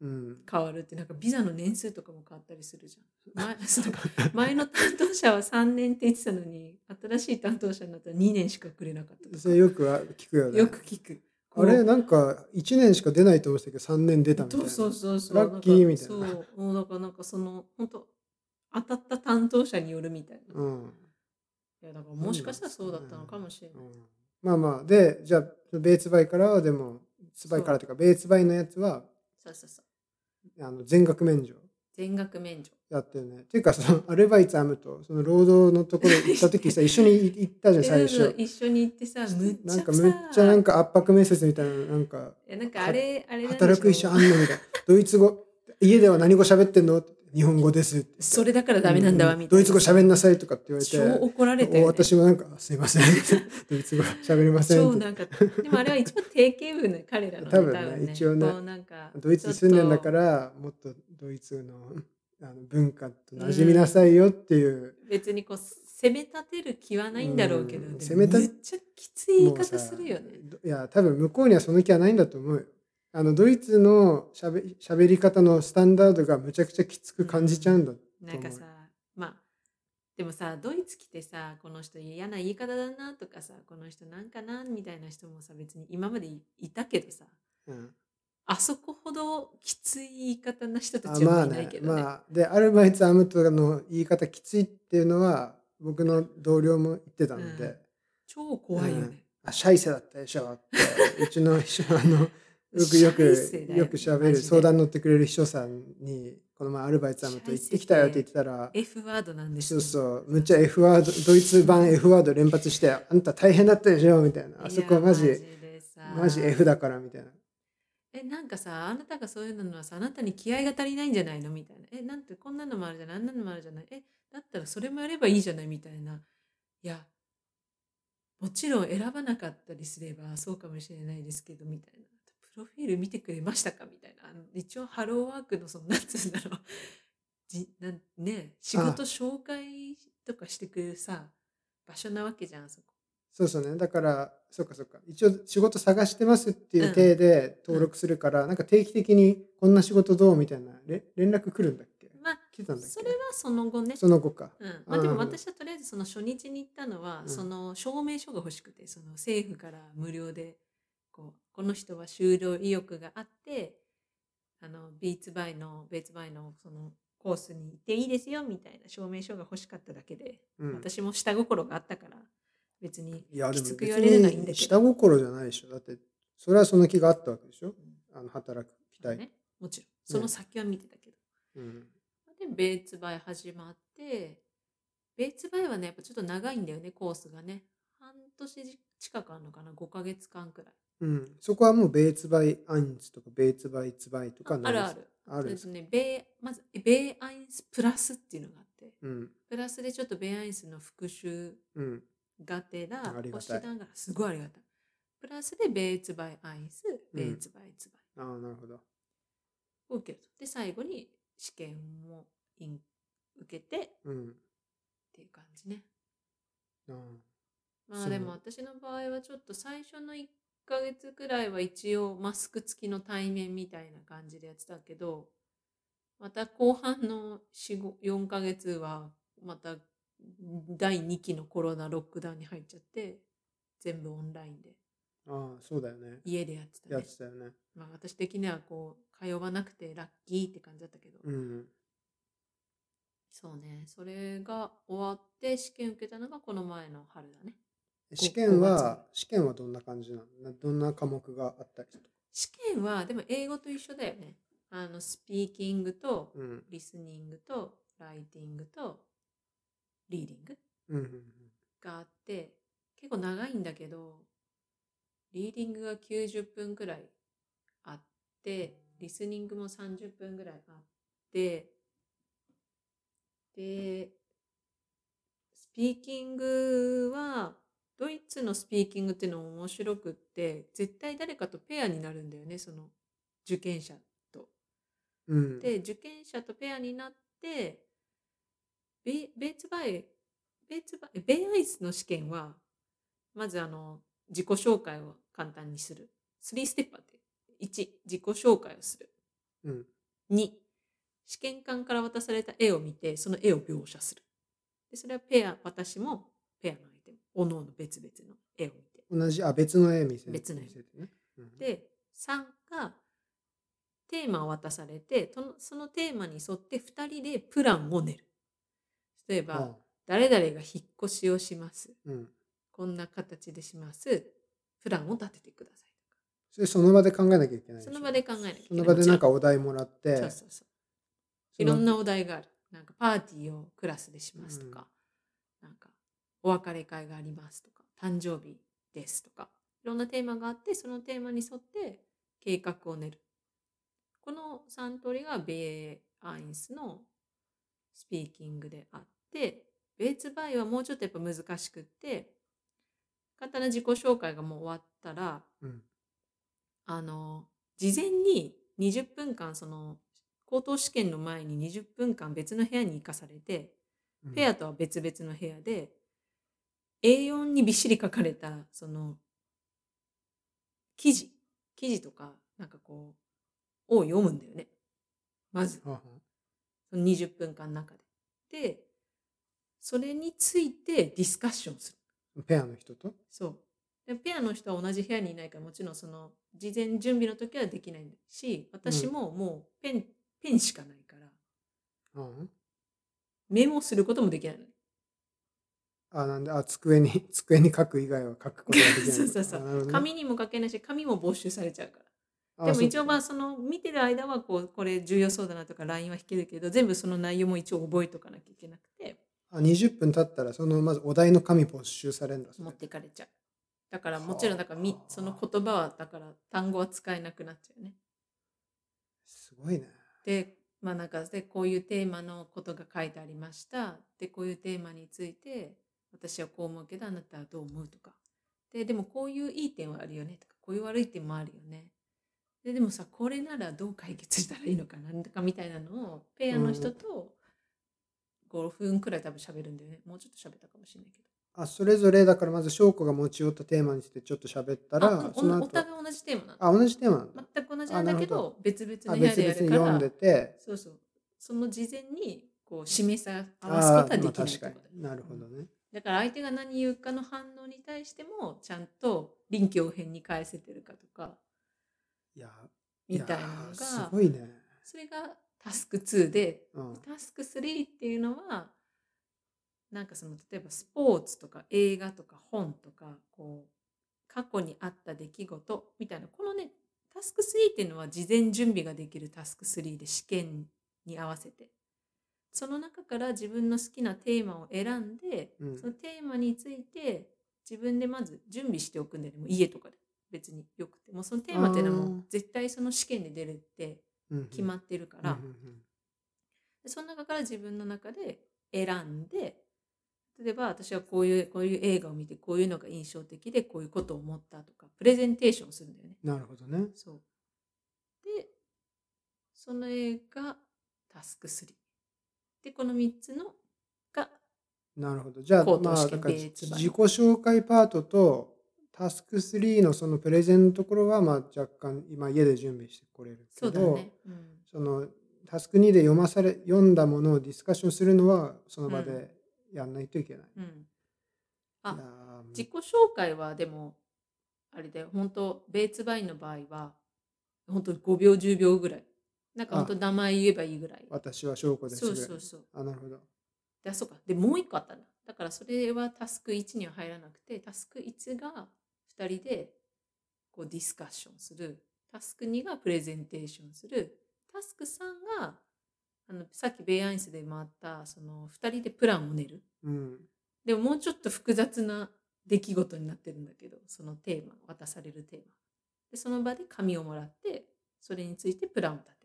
Speaker 1: うん
Speaker 2: 変わるってなんかビザの年数とかも変わったりするじゃ ん前その前の担当者は3年って言ってたのに新しい担当者になったら2年しかくれなかったと
Speaker 1: それよくあ聞くよ
Speaker 2: か
Speaker 1: ね
Speaker 2: よく聞く
Speaker 1: あれなんか1年しか出ないと思ってたけど3年出たみたいな
Speaker 2: そうそうそうそう
Speaker 1: ラッキーみたいな
Speaker 2: なんかそうもうだからなんかその本当当たった担当者によるみたいな、い
Speaker 1: うん
Speaker 2: やだからもしかしたらそうだったのかもしれ
Speaker 1: う
Speaker 2: ない、
Speaker 1: んまあまあでじゃあベーツバイからはでもツバイからというかベーツバイのやつは
Speaker 2: そうそうそう
Speaker 1: あの全額免除
Speaker 2: 全額免除
Speaker 1: やってるねっていうかその アルバイツアムとその労働のところ行った時さ一緒に行ったじゃん最
Speaker 2: そうそう
Speaker 1: 初
Speaker 2: 一緒に行ってさむっちゃ
Speaker 1: なんか
Speaker 2: さ
Speaker 1: むっちゃなんか圧迫面接みたいななんか
Speaker 2: いやなんかあれあれなんでしょ
Speaker 1: 働く医者あんのみたいな。ドイツ語、家では何語喋ってんの日本語ですって。
Speaker 2: それだからダメなんだわ
Speaker 1: う
Speaker 2: みたいな、
Speaker 1: ドイツ語喋んなさいとかって言われて。
Speaker 2: 超怒られたよ、ね、
Speaker 1: お私もなんか、すいません。ドイツ語喋れません
Speaker 2: 超
Speaker 1: って。
Speaker 2: なんかでもあれは一応定型文の彼らの、ね、
Speaker 1: 多分ね一応ね
Speaker 2: こうなんか
Speaker 1: ドイツに住んでんだか
Speaker 2: ちょっ
Speaker 1: ら、もっとドイツのあの文化と馴染みなさいよっていう。
Speaker 2: と別にこう攻め立てる気はないんだろうけど、
Speaker 1: うん
Speaker 2: でも
Speaker 1: 攻めた
Speaker 2: めっちゃきつい言い
Speaker 1: もう
Speaker 2: 方
Speaker 1: さ
Speaker 2: するよね
Speaker 1: いや、多分向こうにはその気はないんだと思うよ。あのドイツのしゃべ喋り方のスタンダードがむちゃくちゃきつく感じちゃうんだ。
Speaker 2: なんかさまあでもさドイツ来てさこの人嫌な言い方だなとかさこの人なんかなみたいな人もさ別に今までいいたけどさ
Speaker 1: うん
Speaker 2: あそこほどきつい言い方な人た
Speaker 1: あ
Speaker 2: ち
Speaker 1: ま
Speaker 2: は
Speaker 1: あ
Speaker 2: いない
Speaker 1: ね
Speaker 2: けどね。
Speaker 1: まあでアルバイツアムトの言い方きついっていうのは僕の同僚も言ってたので、
Speaker 2: うん超怖いよね。
Speaker 1: あシャイセだったでしょってうちの秘書あ のよくよく
Speaker 2: シャイセだよね
Speaker 1: よくしゃべ
Speaker 2: マ
Speaker 1: る
Speaker 2: ジで
Speaker 1: 相談乗ってくれる秘書さんにこの前アルバイツアムト行ってきたよって言ってたら
Speaker 2: F ワードなんです
Speaker 1: そ
Speaker 2: よ
Speaker 1: うそうむっちゃ F ワードドイツ版 F ワード連発してあんた大変だったでしょみたいなあそこはマ
Speaker 2: いや
Speaker 1: ジ
Speaker 2: でさ
Speaker 1: マジ F だからみたいな
Speaker 2: えなんかさあなたがそういうのはさあなたに気合が足りないんじゃないのみたいなえなんてこんなのもあるじゃないあんなのもあるじゃないえだったらそれもやればいいじゃないみたいないやもちろん選ばなかったりすればそうかもしれないですけどみたいなプロフィール見てくれましたかみたいなあの一応ハローワークのそのなんつうんだろうじなんね仕事紹介とかしてくれるさ場所なわけじゃんあそこ
Speaker 1: そうそうねだからそうかそうか一応仕事探してますっていう体で登録するから、なんか定期的にこんな仕事どうみたいなれ連絡来るんだっけ
Speaker 2: まあ
Speaker 1: 来てたんだっけ
Speaker 2: それはその後ね
Speaker 1: その後か
Speaker 2: うんまあ、でも
Speaker 1: うん
Speaker 2: 私はとりあえずその初日に行ったのは、
Speaker 1: うん
Speaker 2: その証明書が欲しくてその政府から無料でこうこの人は就労意欲があってあのビーツバイのベーツバイのそのコースに行っていいですよみたいな証明書が欲しかっただけで、
Speaker 1: うん
Speaker 2: 私も下心があったから別に
Speaker 1: いやで
Speaker 2: き
Speaker 1: も
Speaker 2: つ
Speaker 1: 別
Speaker 2: く言われるのはいいんだ
Speaker 1: に
Speaker 2: け
Speaker 1: 下
Speaker 2: ど、
Speaker 1: 心じゃないでしょだってそれはその気があったわけでしょ
Speaker 2: うん
Speaker 1: あの働く期
Speaker 2: まあ
Speaker 1: 待、
Speaker 2: ね、もちろんその先は見てたけど、
Speaker 1: うん、
Speaker 2: でベーツバイ始まってベーツバイはねやっぱちょっと長いんだよねコースがね半年じ近くあるのかな5ヶ月間くらい
Speaker 1: うん、そこはもうベーツバイアインツとかベーツバイツバイとか
Speaker 2: あるある
Speaker 1: あるん
Speaker 2: え
Speaker 1: で
Speaker 2: っ
Speaker 1: す
Speaker 2: と
Speaker 1: か
Speaker 2: ね米まず米アインスプラスっていうのがあって
Speaker 1: うん
Speaker 2: プラスでちょっと米アインスの復習
Speaker 1: うん
Speaker 2: がてら
Speaker 1: ありがた
Speaker 2: を
Speaker 1: い
Speaker 2: してたんがすごいありがたいプラスでベーツバイアインスベーツバイツバイ
Speaker 1: ああなるほど
Speaker 2: を受けるとで最後に試験もイン受けてっ
Speaker 1: うん
Speaker 2: ていう感じね
Speaker 1: あー
Speaker 2: ま
Speaker 1: そ
Speaker 2: あ
Speaker 1: う
Speaker 2: でも私の場合はちょっと最初の1ヶ月くらいは一応マスク付きの対面みたいな感じでやってたけどまた後半の4 5 4ヶ月はまた第2期のコロナロックダウンに入っちゃって全部オンラインで
Speaker 1: あーそうだよね
Speaker 2: 家でやってた
Speaker 1: やっ
Speaker 2: ね
Speaker 1: てたよね
Speaker 2: まあ私的にはこう通わなくてラッキーって感じだったけど、
Speaker 1: うん
Speaker 2: そうねそれが終わって試験受けたのがこの前の春だね
Speaker 1: 試験
Speaker 2: 五月
Speaker 1: は試験はどんな感じなのなどんな科目があったりとか
Speaker 2: 試験はでも英語と一緒だよねあのスピーキングと
Speaker 1: うん
Speaker 2: リスニングとライティングとリーディング
Speaker 1: うんうん
Speaker 2: があって結構長いんだけどリーディングが90分くらいあってリスニングも30分くらいあってでスピーキングはドイツのスピーキングっていうのも面白くって絶対誰かとペアになるんだよねその受験者と。
Speaker 1: うんうん
Speaker 2: で受験者とペアになってベベーツバイベーツバイベイアイスの試験はまずあの自己紹介を簡単にする3ステップあって1自己紹介をする
Speaker 1: うん
Speaker 2: 2試験官から渡された絵を見てその絵を描写するでそれはペア私もペアの相手もおのおの別々の絵を見て
Speaker 1: 同じあ別の絵見せ
Speaker 2: 別の絵
Speaker 1: 見せてね、うん、
Speaker 2: で3がテーマを渡されてそのそのテーマに沿って2人でプランを練る例えば、
Speaker 1: あ
Speaker 2: 誰々が引っ越しをします
Speaker 1: うん
Speaker 2: こんな形でしますプランを立ててくださ
Speaker 1: それその場で考えなきゃいけない
Speaker 2: い
Speaker 1: しょ
Speaker 2: その場で考えなきゃいけ
Speaker 1: そ
Speaker 2: ない
Speaker 1: の場でなんか
Speaker 2: も
Speaker 1: お題もらっ
Speaker 2: ちろん
Speaker 1: て
Speaker 2: そうそうそう
Speaker 1: そ
Speaker 2: い
Speaker 1: の
Speaker 2: ろんなお題があるなんかパーティーをクラスでしますとか、なんかお別れ会がありますとか誕生日ですとかいろんなテーマがあってそのテーマに沿って計画を練るこの3通りが米アインスのスピーキングであってベーツバイはもうちょっとやっぱ難しくって簡単な自己紹介がもう終わったら
Speaker 1: うん
Speaker 2: あの事前に20分間その高等試験の前に20分間別の部屋に行かされて
Speaker 1: うん
Speaker 2: ペアとは別々の部屋で A4 にびっしり書かれたその記事記事とかなんかこうを読むんだよねまず
Speaker 1: あ
Speaker 2: その20分間の中で。でそれについてディスカッションする。
Speaker 1: ペアの人と
Speaker 2: そう。でペアの人は同じ部屋にいないからもちろんその事前準備の時はできないし私ももうペン,、ペンしかないから
Speaker 1: うん
Speaker 2: メモすることもできないの
Speaker 1: あなんであ机に 机に書く以外は書くことができない
Speaker 2: そうそうそう
Speaker 1: あなるほどね
Speaker 2: 紙にも書けないし紙も没収されちゃうから
Speaker 1: あ
Speaker 2: でも一応まあ
Speaker 1: そ
Speaker 2: その見てる間はこうこれ重要そうだなとか LINE は引けるけど全部その内容も一応覚えとかなきゃいけなくて
Speaker 1: うかあ20分経ったらそのまずお題の紙没収されるんだそれ
Speaker 2: 持ってかれちゃうだからもちろんだからみ
Speaker 1: はあ
Speaker 2: その言葉はだから単語は使えなくなっちゃうね
Speaker 1: すごいね。
Speaker 2: でまあなんかでこういうテーマのことが書いてありましたでこういうテーマについて私はこう思うけどあなたはどう思うとかででもこういういい点はあるよねとかこういう悪い点もあるよねででもさこれならどう解決したらいいのかなんとかみたいなのをペアの人と5分くらい多分喋るんだよねもうちょっと喋ったかもしれないけど
Speaker 1: あそれぞれだからまず翔子が持ち寄ったテーマについてちょっと喋った
Speaker 2: あ
Speaker 1: ら
Speaker 2: お
Speaker 1: その
Speaker 2: おお
Speaker 1: 後
Speaker 2: 互い同じテーマなの
Speaker 1: あ同じテーマなんだ。
Speaker 2: 全く同じなんだけ
Speaker 1: あなる
Speaker 2: ど別々
Speaker 1: あ
Speaker 2: の部屋
Speaker 1: 別
Speaker 2: で
Speaker 1: 々
Speaker 2: や
Speaker 1: に
Speaker 2: るか
Speaker 1: 読ん
Speaker 2: ら
Speaker 1: でて。
Speaker 2: そうそう。その事前にこう示さ合わす
Speaker 1: あ
Speaker 2: こと
Speaker 1: あ
Speaker 2: はで
Speaker 1: ま
Speaker 2: き
Speaker 1: あ
Speaker 2: ない
Speaker 1: 確
Speaker 2: ってこ
Speaker 1: か
Speaker 2: とだ,、
Speaker 1: になるほどね。
Speaker 2: だから相手が何言うかの反応に対してもちゃんと臨機応変に返せてるかとか
Speaker 1: いや
Speaker 2: みたいなの
Speaker 1: やーす
Speaker 2: が
Speaker 1: ごいね。
Speaker 2: それがタスク2で
Speaker 1: うん
Speaker 2: タスク3っていうのはなんかその例えばスポーツとか映画とか本とかこう過去にあった出来事みたいなこのねタスク3っていうのは事前準備ができるタスク3で試験に合わせてその中から自分の好きなテーマを選んで、
Speaker 1: うん
Speaker 2: そのテーマについて自分でまず準備しておくんだよねもう家とかで別によくてもうそのテーマっていうのはも
Speaker 1: あー
Speaker 2: う絶対その試験で出るって
Speaker 1: うんうん
Speaker 2: 決まってるか
Speaker 1: う
Speaker 2: ら。
Speaker 1: んうんうん
Speaker 2: でその中から自分の中で選んで例えば私はこういうこういう映画を見てこういうのが印象的でこういうことを思ったとかプレゼンテーションをするんだよね。
Speaker 1: なるほどね。
Speaker 2: そうでその映画タスク3でこの3つのが
Speaker 1: なるほど。じゃあ、
Speaker 2: 口頭
Speaker 1: まあ、
Speaker 2: 試
Speaker 1: だ
Speaker 2: 験
Speaker 1: から
Speaker 2: で
Speaker 1: 自
Speaker 2: 一番
Speaker 1: 己紹介パートと、タスク3のそのプレゼンのところは、まあ、若干、今、家で準備してこれるけ
Speaker 2: そうだ
Speaker 1: ど、
Speaker 2: ね、うん、
Speaker 1: その、タスク2で読まされ、読んだものをディスカッションするのは、その場
Speaker 2: う
Speaker 1: でやんないといけない。
Speaker 2: うん
Speaker 1: い
Speaker 2: あ
Speaker 1: やー
Speaker 2: 自己紹介はでもあれだよ本当ベーツバインの場合は本当5秒10秒ぐらいなんか本当名前言えばいいぐらい
Speaker 1: 私は証拠です
Speaker 2: そうそう
Speaker 1: ぐらい
Speaker 2: そう
Speaker 1: あ、なるほど。
Speaker 2: で、あそうか。で、もう一個あったんだ。だからそれはタスク1には入らなくて、タスク1が2人でこうディスカッションする。タスク2がプレゼンテーションする。タスク3が、あの、さっきベイアインスで回った、その2人でプランを練る。
Speaker 1: うん。
Speaker 2: でももうちょっと複雑な出来事になってるんだけど、そのテーマ、渡されるテーマ。で、その場で紙をもらって、それについてプランを立てる。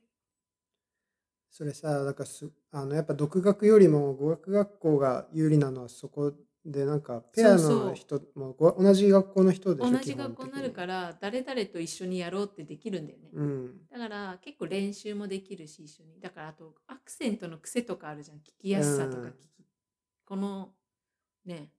Speaker 1: それさ、だからす、あの、やっぱ独学よりも語学学校が有利なのはそこで、なんか、ペア
Speaker 2: そうそ
Speaker 1: の
Speaker 2: う
Speaker 1: 人も、ご同じ学校の人でしょ。
Speaker 2: 同じ学校になるからら、誰々と一緒にやろうってできるんだよね。
Speaker 1: うん。
Speaker 2: だから結構練習もできるし一緒にだからあとアクセントの癖とかあるじゃん聞きやすさとか
Speaker 1: うん
Speaker 2: 聞き、このね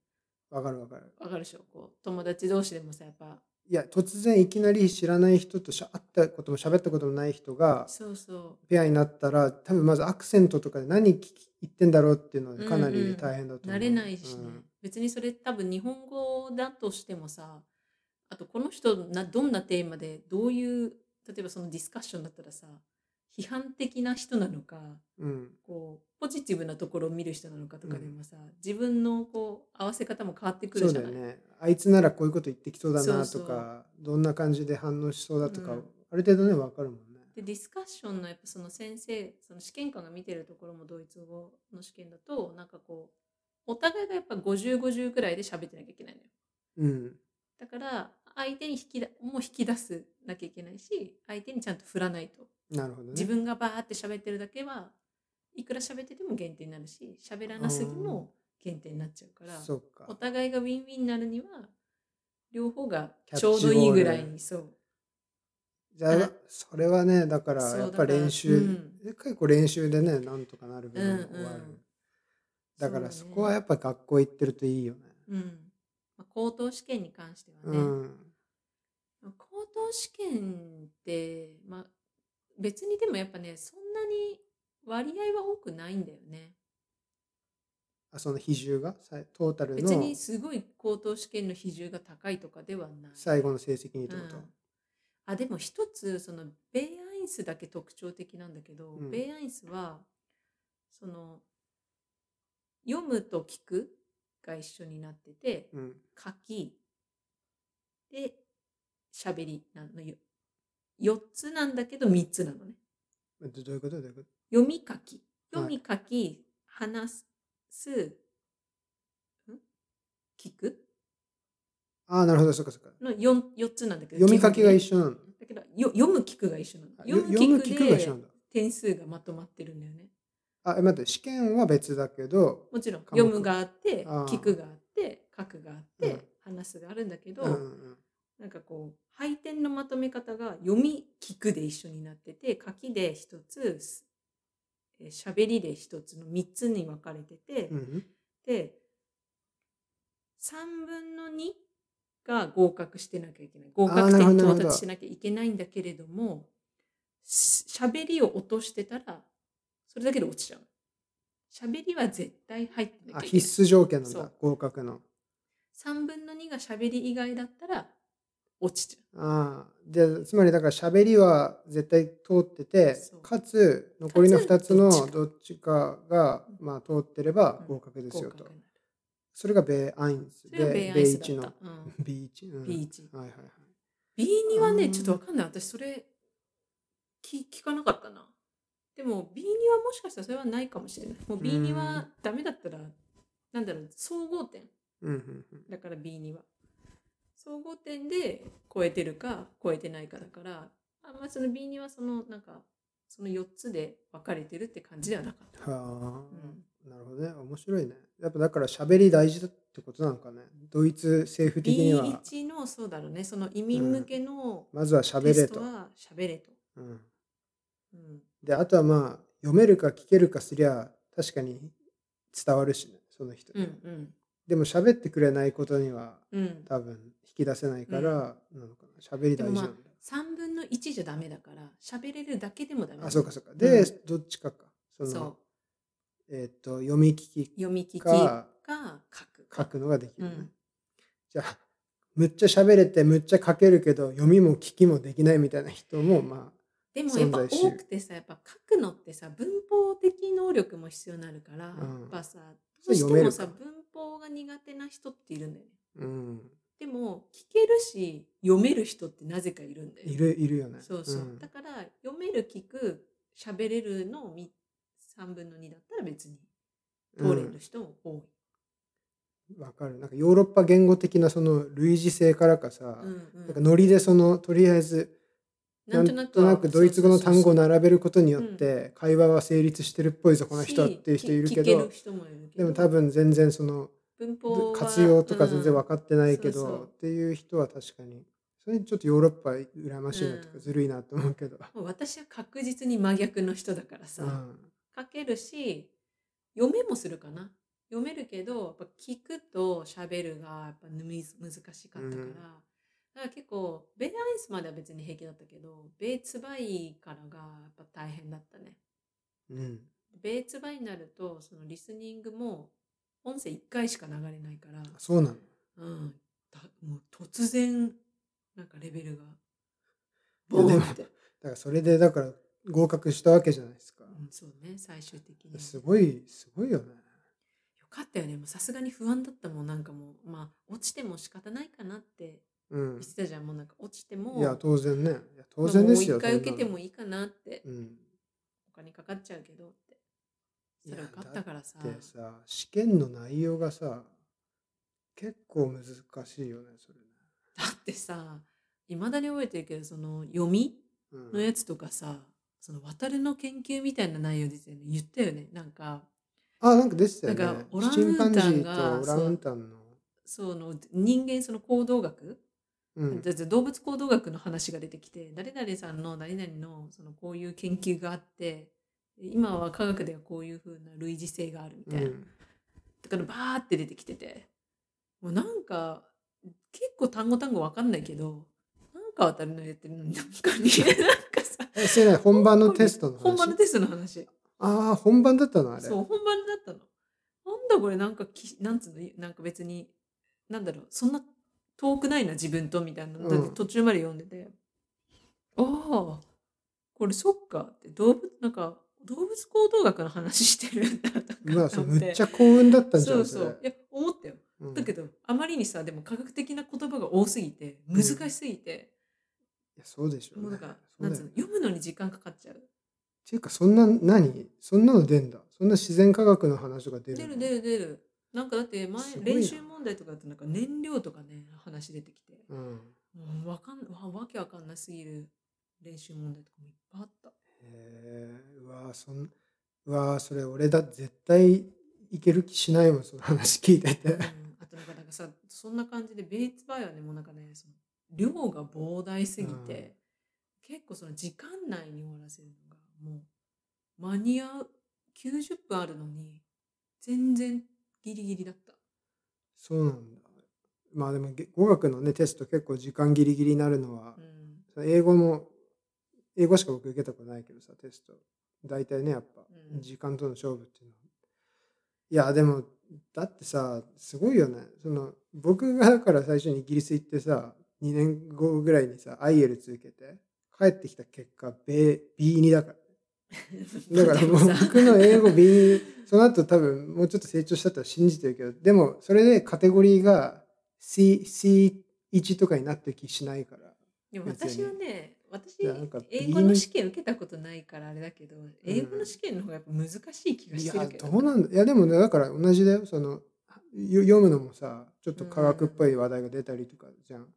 Speaker 1: わかるわかる。
Speaker 2: わかるでしょこう友達同士でもさやっぱ
Speaker 1: いや突然いきなり知らない人としゃ会ったことも喋ったこともない人が
Speaker 2: そうそ
Speaker 1: ペアになったら多分まずアクセントとかで何聞き言ってんだろうっていうのはかなり大変だと
Speaker 2: う
Speaker 1: 思う。
Speaker 2: 慣れないしね、
Speaker 1: うん
Speaker 2: 別にそれ多分日本語だとしてもさあとこの人などんなテーマでどういう例えばそのディスカッションだったらさ批判的な人なのか
Speaker 1: うん
Speaker 2: こうポジティブなところを見る人なのかとかで
Speaker 1: うん
Speaker 2: もさ、自分のこう合わせ方も変わってく
Speaker 1: そ
Speaker 2: る
Speaker 1: うだ
Speaker 2: じゃ
Speaker 1: よ
Speaker 2: ない
Speaker 1: ね。あいつならこういうこと言ってきそうだな
Speaker 2: そ
Speaker 1: と
Speaker 2: う
Speaker 1: かどんな感じで反応しそうだとか、
Speaker 2: うん
Speaker 1: ある程度ね分かるもんね。
Speaker 2: でディスカッションのやっぱその先生その試験官が見てるところもドイツ語の試験だとなんかこうお互いがやっぱ5050ぐらいで喋ってなきゃいけないのよ
Speaker 1: うん。
Speaker 2: だから相手に引きだもう引き出すなきゃいけないし相手にちゃんと振らないと
Speaker 1: なるほどね。
Speaker 2: 自分がバーって喋ってるだけはいくら喋ってても減点になるし喋らなすぎも減点になっちゃうから
Speaker 1: そうか
Speaker 2: お。互いがウィンウィンになるには両方が
Speaker 1: キャッ
Speaker 2: ち
Speaker 1: チボール
Speaker 2: ょうどいいぐらいにそう
Speaker 1: じゃあ
Speaker 2: あ
Speaker 1: それはねだから
Speaker 2: そう
Speaker 1: やっぱ
Speaker 2: だから
Speaker 1: 練習、
Speaker 2: うん
Speaker 1: 結構練習でねなんとかなる部分も
Speaker 2: うんうん
Speaker 1: ある。だから
Speaker 2: う
Speaker 1: そ
Speaker 2: ね
Speaker 1: こはやっぱ学校行ってるといいよね。
Speaker 2: うんまあ、高等試験に関しては
Speaker 1: う
Speaker 2: ね、
Speaker 1: ん。
Speaker 2: 高等試験って、まあ、別にでもやっぱねそんなに割合は多くないんだよね
Speaker 1: あその比重がさいトータル
Speaker 2: 別
Speaker 1: の
Speaker 2: にすごい高等試験の比重が高いとかではない。
Speaker 1: 最後の成績にってこ
Speaker 2: うんあでも一つそのベイアインスだけ特徴的なんだけど、
Speaker 1: うん
Speaker 2: ベイアインスはその読むと聞くが一緒になってて
Speaker 1: と。うん。
Speaker 2: 書きで喋りなのよ4つなんだけど3つなのね
Speaker 1: どどういうことどういうこと
Speaker 2: 読み書き
Speaker 1: はい
Speaker 2: 読み書き、話すん聞く
Speaker 1: ああ、なるほど、そっかそっか。
Speaker 2: の 4, 4つなんだけど
Speaker 1: 読み書きが一
Speaker 2: 緒
Speaker 1: 緒なの。
Speaker 2: だけどよ読む聞くが一緒なの
Speaker 1: あよ
Speaker 2: 読
Speaker 1: 読む
Speaker 2: む聞
Speaker 1: 聞
Speaker 2: く
Speaker 1: くが一緒な
Speaker 2: で
Speaker 1: んだ。
Speaker 2: 点数がまとまってるんだよね
Speaker 1: あ、え待って、試験は別だけど、
Speaker 2: もちろん
Speaker 1: 科目
Speaker 2: 読むがあって
Speaker 1: あー
Speaker 2: 聞くがあって書くがあって、
Speaker 1: うん
Speaker 2: 話すがあるんだけど、
Speaker 1: うんうん、
Speaker 2: なんかこう配点のまとめ方が読み聞くで一緒になってて書きで一つすえー喋りで一つの3つに分かれてて、
Speaker 1: うん
Speaker 2: で3分の2が合格してなきゃいけない合格
Speaker 1: なるほ
Speaker 2: 点
Speaker 1: どな
Speaker 2: 到
Speaker 1: るほど
Speaker 2: 達しなきゃいけないんだけれどもし喋りを落としてたらそれだけで落ちちゃう喋りは絶対入って
Speaker 1: うん、
Speaker 2: な
Speaker 1: あ
Speaker 2: きゃい
Speaker 1: 必
Speaker 2: けない
Speaker 1: 須条件なん
Speaker 2: そ
Speaker 1: だ
Speaker 2: う
Speaker 1: 合格の
Speaker 2: 3分の2が喋り以外だったら落ちちゃう
Speaker 1: ああでつまりだから喋りは絶対通ってて
Speaker 2: そう
Speaker 1: かつ残りの
Speaker 2: かつど
Speaker 1: 2
Speaker 2: っちか
Speaker 1: つのどっちかが、まあ、通ってれば
Speaker 2: うん
Speaker 1: 合格です
Speaker 2: 合
Speaker 1: よ
Speaker 2: 格
Speaker 1: と、
Speaker 2: になる
Speaker 1: それが米アインス
Speaker 2: それが
Speaker 1: で
Speaker 2: 米ア
Speaker 1: 米
Speaker 2: イスだ
Speaker 1: 一
Speaker 2: っ
Speaker 1: の
Speaker 2: た、うん、
Speaker 1: B1、うん
Speaker 2: B1
Speaker 1: はいはいはい
Speaker 2: B2 は
Speaker 1: う
Speaker 2: ね
Speaker 1: ん
Speaker 2: ちょっとわかんない私それ聞聞かなかったなでも B2 はもしかしたらそれはないかもしれないもう B2 はダメだったらなんだろう総合点
Speaker 1: うんうんうん
Speaker 2: だから B2 は総合点で超えてるか超えてないかだからあんまその B2 はそのなんかその4つで分かれてるって感じではなかった、
Speaker 1: は
Speaker 2: う
Speaker 1: あ、
Speaker 2: ん、
Speaker 1: なるほどね面白いねやっぱだから喋り大事だってことなのかねドイツ政府的には
Speaker 2: B1 のそうだろうねその移民向けの
Speaker 1: まずは喋
Speaker 2: テ
Speaker 1: れ
Speaker 2: スト
Speaker 1: と、
Speaker 2: は喋れと、
Speaker 1: うん、
Speaker 2: うん、
Speaker 1: であとはまあ読めるか聞けるかすりゃ確かに伝わるしねその人
Speaker 2: う
Speaker 1: に、
Speaker 2: んうん
Speaker 1: でも喋ってくれないことには
Speaker 2: うん
Speaker 1: 多分引き出せないからなのかな喋り大事なんだ、
Speaker 2: 3分の1じゃダメだから喋れるだけでもダメ
Speaker 1: あそうかそうかで、
Speaker 2: うん
Speaker 1: どっちかかその
Speaker 2: そう
Speaker 1: えっ、と読み聞き
Speaker 2: 読み聞きか
Speaker 1: か
Speaker 2: 書く
Speaker 1: 書くのができるね、
Speaker 2: うん
Speaker 1: じゃあむっちゃ喋れてむっちゃ書けるけど読みも聞きもできないみたいな人もま
Speaker 2: でもやっぱ
Speaker 1: 存在し
Speaker 2: 多くてさやっぱ書くのってさ文法的能力も必要になるから、
Speaker 1: うん
Speaker 2: やっぱさ
Speaker 1: そ
Speaker 2: どう
Speaker 1: れ
Speaker 2: して
Speaker 1: 読め
Speaker 2: も
Speaker 1: る
Speaker 2: さ
Speaker 1: か
Speaker 2: 文法が苦手な人っているんだよね
Speaker 1: あ、うん、
Speaker 2: でも聞けるし読める人ってなぜかいるんだよね
Speaker 1: いるいるよね
Speaker 2: そうそう、
Speaker 1: ん
Speaker 2: だから読める聞く喋れるのみ3分の2だったら別に通れる人も多い、
Speaker 1: わかるなんかヨーロッパ言語的なその類似性からかさ、
Speaker 2: うんうん
Speaker 1: なんかノリでそのとりあえずなんとなくドイツ語の単語を並べることによって会話は成立してるっぽいぞこの人はっていう人いるけ
Speaker 2: し聞け
Speaker 1: ど
Speaker 2: 人もいるけ
Speaker 1: で
Speaker 2: ど
Speaker 1: も多分全然その
Speaker 2: 文法は
Speaker 1: 活用とか全然分かってないけ
Speaker 2: うんそうそ
Speaker 1: ど
Speaker 2: う
Speaker 1: っていう人は確かにそれちょっとヨーロッパ羨ましいなと
Speaker 2: う
Speaker 1: か
Speaker 2: ん
Speaker 1: ずるいなと思うけど、
Speaker 2: うんもう私は確実に真逆の人だから
Speaker 1: う
Speaker 2: さ、
Speaker 1: ん、
Speaker 2: 書けるし読めもするかな読めるけどやっぱ聞くと喋るがやっぱむず難しかったから、
Speaker 1: うん
Speaker 2: だから結構ベイアイスまでは別に平気だったけどベイツバイからがやっぱ大変だったね
Speaker 1: うん、
Speaker 2: ベイツバイになるとそのリスニングも音声1回しか流れないから
Speaker 1: そうなの
Speaker 2: うん、だもう突然なんかレベルが
Speaker 1: いや
Speaker 2: ボー
Speaker 1: で
Speaker 2: ン
Speaker 1: も
Speaker 2: って、
Speaker 1: だからそれでだから合格したわけじゃないですか
Speaker 2: うん、そうね最終的に
Speaker 1: す
Speaker 2: よ
Speaker 1: ごいすごいよね
Speaker 2: かったよねもうさすがに不安だったもんなんかもうまあ落ちても仕方ないかなって
Speaker 1: うん
Speaker 2: 言ってたじゃん、もうなんか落ちても
Speaker 1: いや当然ねいや当
Speaker 2: まあ
Speaker 1: 然ですよ、
Speaker 2: もう一回
Speaker 1: そんな
Speaker 2: 受
Speaker 1: の
Speaker 2: けてもいいかなって、
Speaker 1: うん
Speaker 2: お金かかっちゃうけどって
Speaker 1: い
Speaker 2: そ
Speaker 1: や
Speaker 2: れ受かったからさ
Speaker 1: でさ試験の内容がさ結構難しいよねそれね、
Speaker 2: だってさいまだに覚えてるけどその読み
Speaker 1: うん
Speaker 2: のやつとかさその渡るの研究みたいな内容ですよね言ったよねなんか
Speaker 1: あなんか出てたよね
Speaker 2: なんかオラン
Speaker 1: チ
Speaker 2: ウ
Speaker 1: ン
Speaker 2: ー
Speaker 1: パ
Speaker 2: タ
Speaker 1: ン
Speaker 2: ン
Speaker 1: ジ
Speaker 2: が
Speaker 1: ーとオランウータンの
Speaker 2: その人間その行動学、
Speaker 1: う、ん
Speaker 2: だって動物行動学の話が出てきて誰々さんの何々のそのこういう研究があって今は科学ではこういうふうな類似性があるみ
Speaker 1: う
Speaker 2: たいな、
Speaker 1: ん
Speaker 2: だからバーって出てきててもうなんか結構単語単語わかんないけどなんか渡るのやってるのになんかねなんかさ
Speaker 1: えそれね 本番のテストの話
Speaker 2: 本番のテストの話
Speaker 1: ああ本番だったのあれ
Speaker 2: そう本番だったのなんだこれなんかきなんつうのなんか別になんだろうそんな遠くないな自分とみたいな、
Speaker 1: うん
Speaker 2: だって途中まで読んでてああこれそっかって動物なんか動物行動学の話してるんだとか
Speaker 1: うわそれ
Speaker 2: 思って
Speaker 1: むっちゃ幸運だったんじゃ
Speaker 2: そ
Speaker 1: ん
Speaker 2: う
Speaker 1: そ
Speaker 2: そ
Speaker 1: れ
Speaker 2: ういや思ったよ
Speaker 1: うん
Speaker 2: だけどあまりにさでも科学的な言葉が多すぎて難しすぎて、
Speaker 1: いやそうでしょ
Speaker 2: も
Speaker 1: う
Speaker 2: う
Speaker 1: ね
Speaker 2: なんか、
Speaker 1: そう
Speaker 2: なん
Speaker 1: だ
Speaker 2: つう
Speaker 1: よ
Speaker 2: の
Speaker 1: ね
Speaker 2: 読むのに時間かかっちゃう
Speaker 1: っていうかそんな何そんなの出んだそんな自然科学の話とか出る
Speaker 2: 出
Speaker 1: の
Speaker 2: る出る出るなんかだって前
Speaker 1: すごいな
Speaker 2: 練習問題とかだとなんか燃料とかね話出てきて
Speaker 1: うん
Speaker 2: もうわかんわわけわかんなすぎる練習問題とかもいっぱいあった
Speaker 1: へえうわーそんうわーそれ俺だ絶対いける気しないもんその話聞いてて
Speaker 2: うんあとなんかなんかさそんな感じでベイツバイはねもうなんかねその量が膨大すぎて、結構その時間内に終わらせるのがもう間に合う90分あるのに全然ギリギリだった。
Speaker 1: そうなんだまあでもげ語学のねテスト結構時間ギリギリになるのは
Speaker 2: う、ん
Speaker 1: その英語も英語しか僕受けたことないけどさテスト大体ねやっぱ
Speaker 2: うん
Speaker 1: 時間との勝負っていうのは、いやでもだってさすごいよねその僕がだから最初にイギリス行ってさ2年後ぐらいにさ IELTS 受けて帰ってきた結果米 B2 だからだから もう僕の英語 B その後多分もうちょっと成長したとは信じてるけどでもそれでカテゴリーが C C1 とかになってる気しないから
Speaker 2: でも私はね私
Speaker 1: いやなんか
Speaker 2: 英語の試験受けたことないからあれだけど英語の試験の方がやっぱ難しい気が
Speaker 1: い
Speaker 2: し
Speaker 1: や
Speaker 2: てるけど
Speaker 1: どうなんだいやでもねだから同じだよそのよ読むのもさちょっと科学っぽい話題が出たりとかじゃん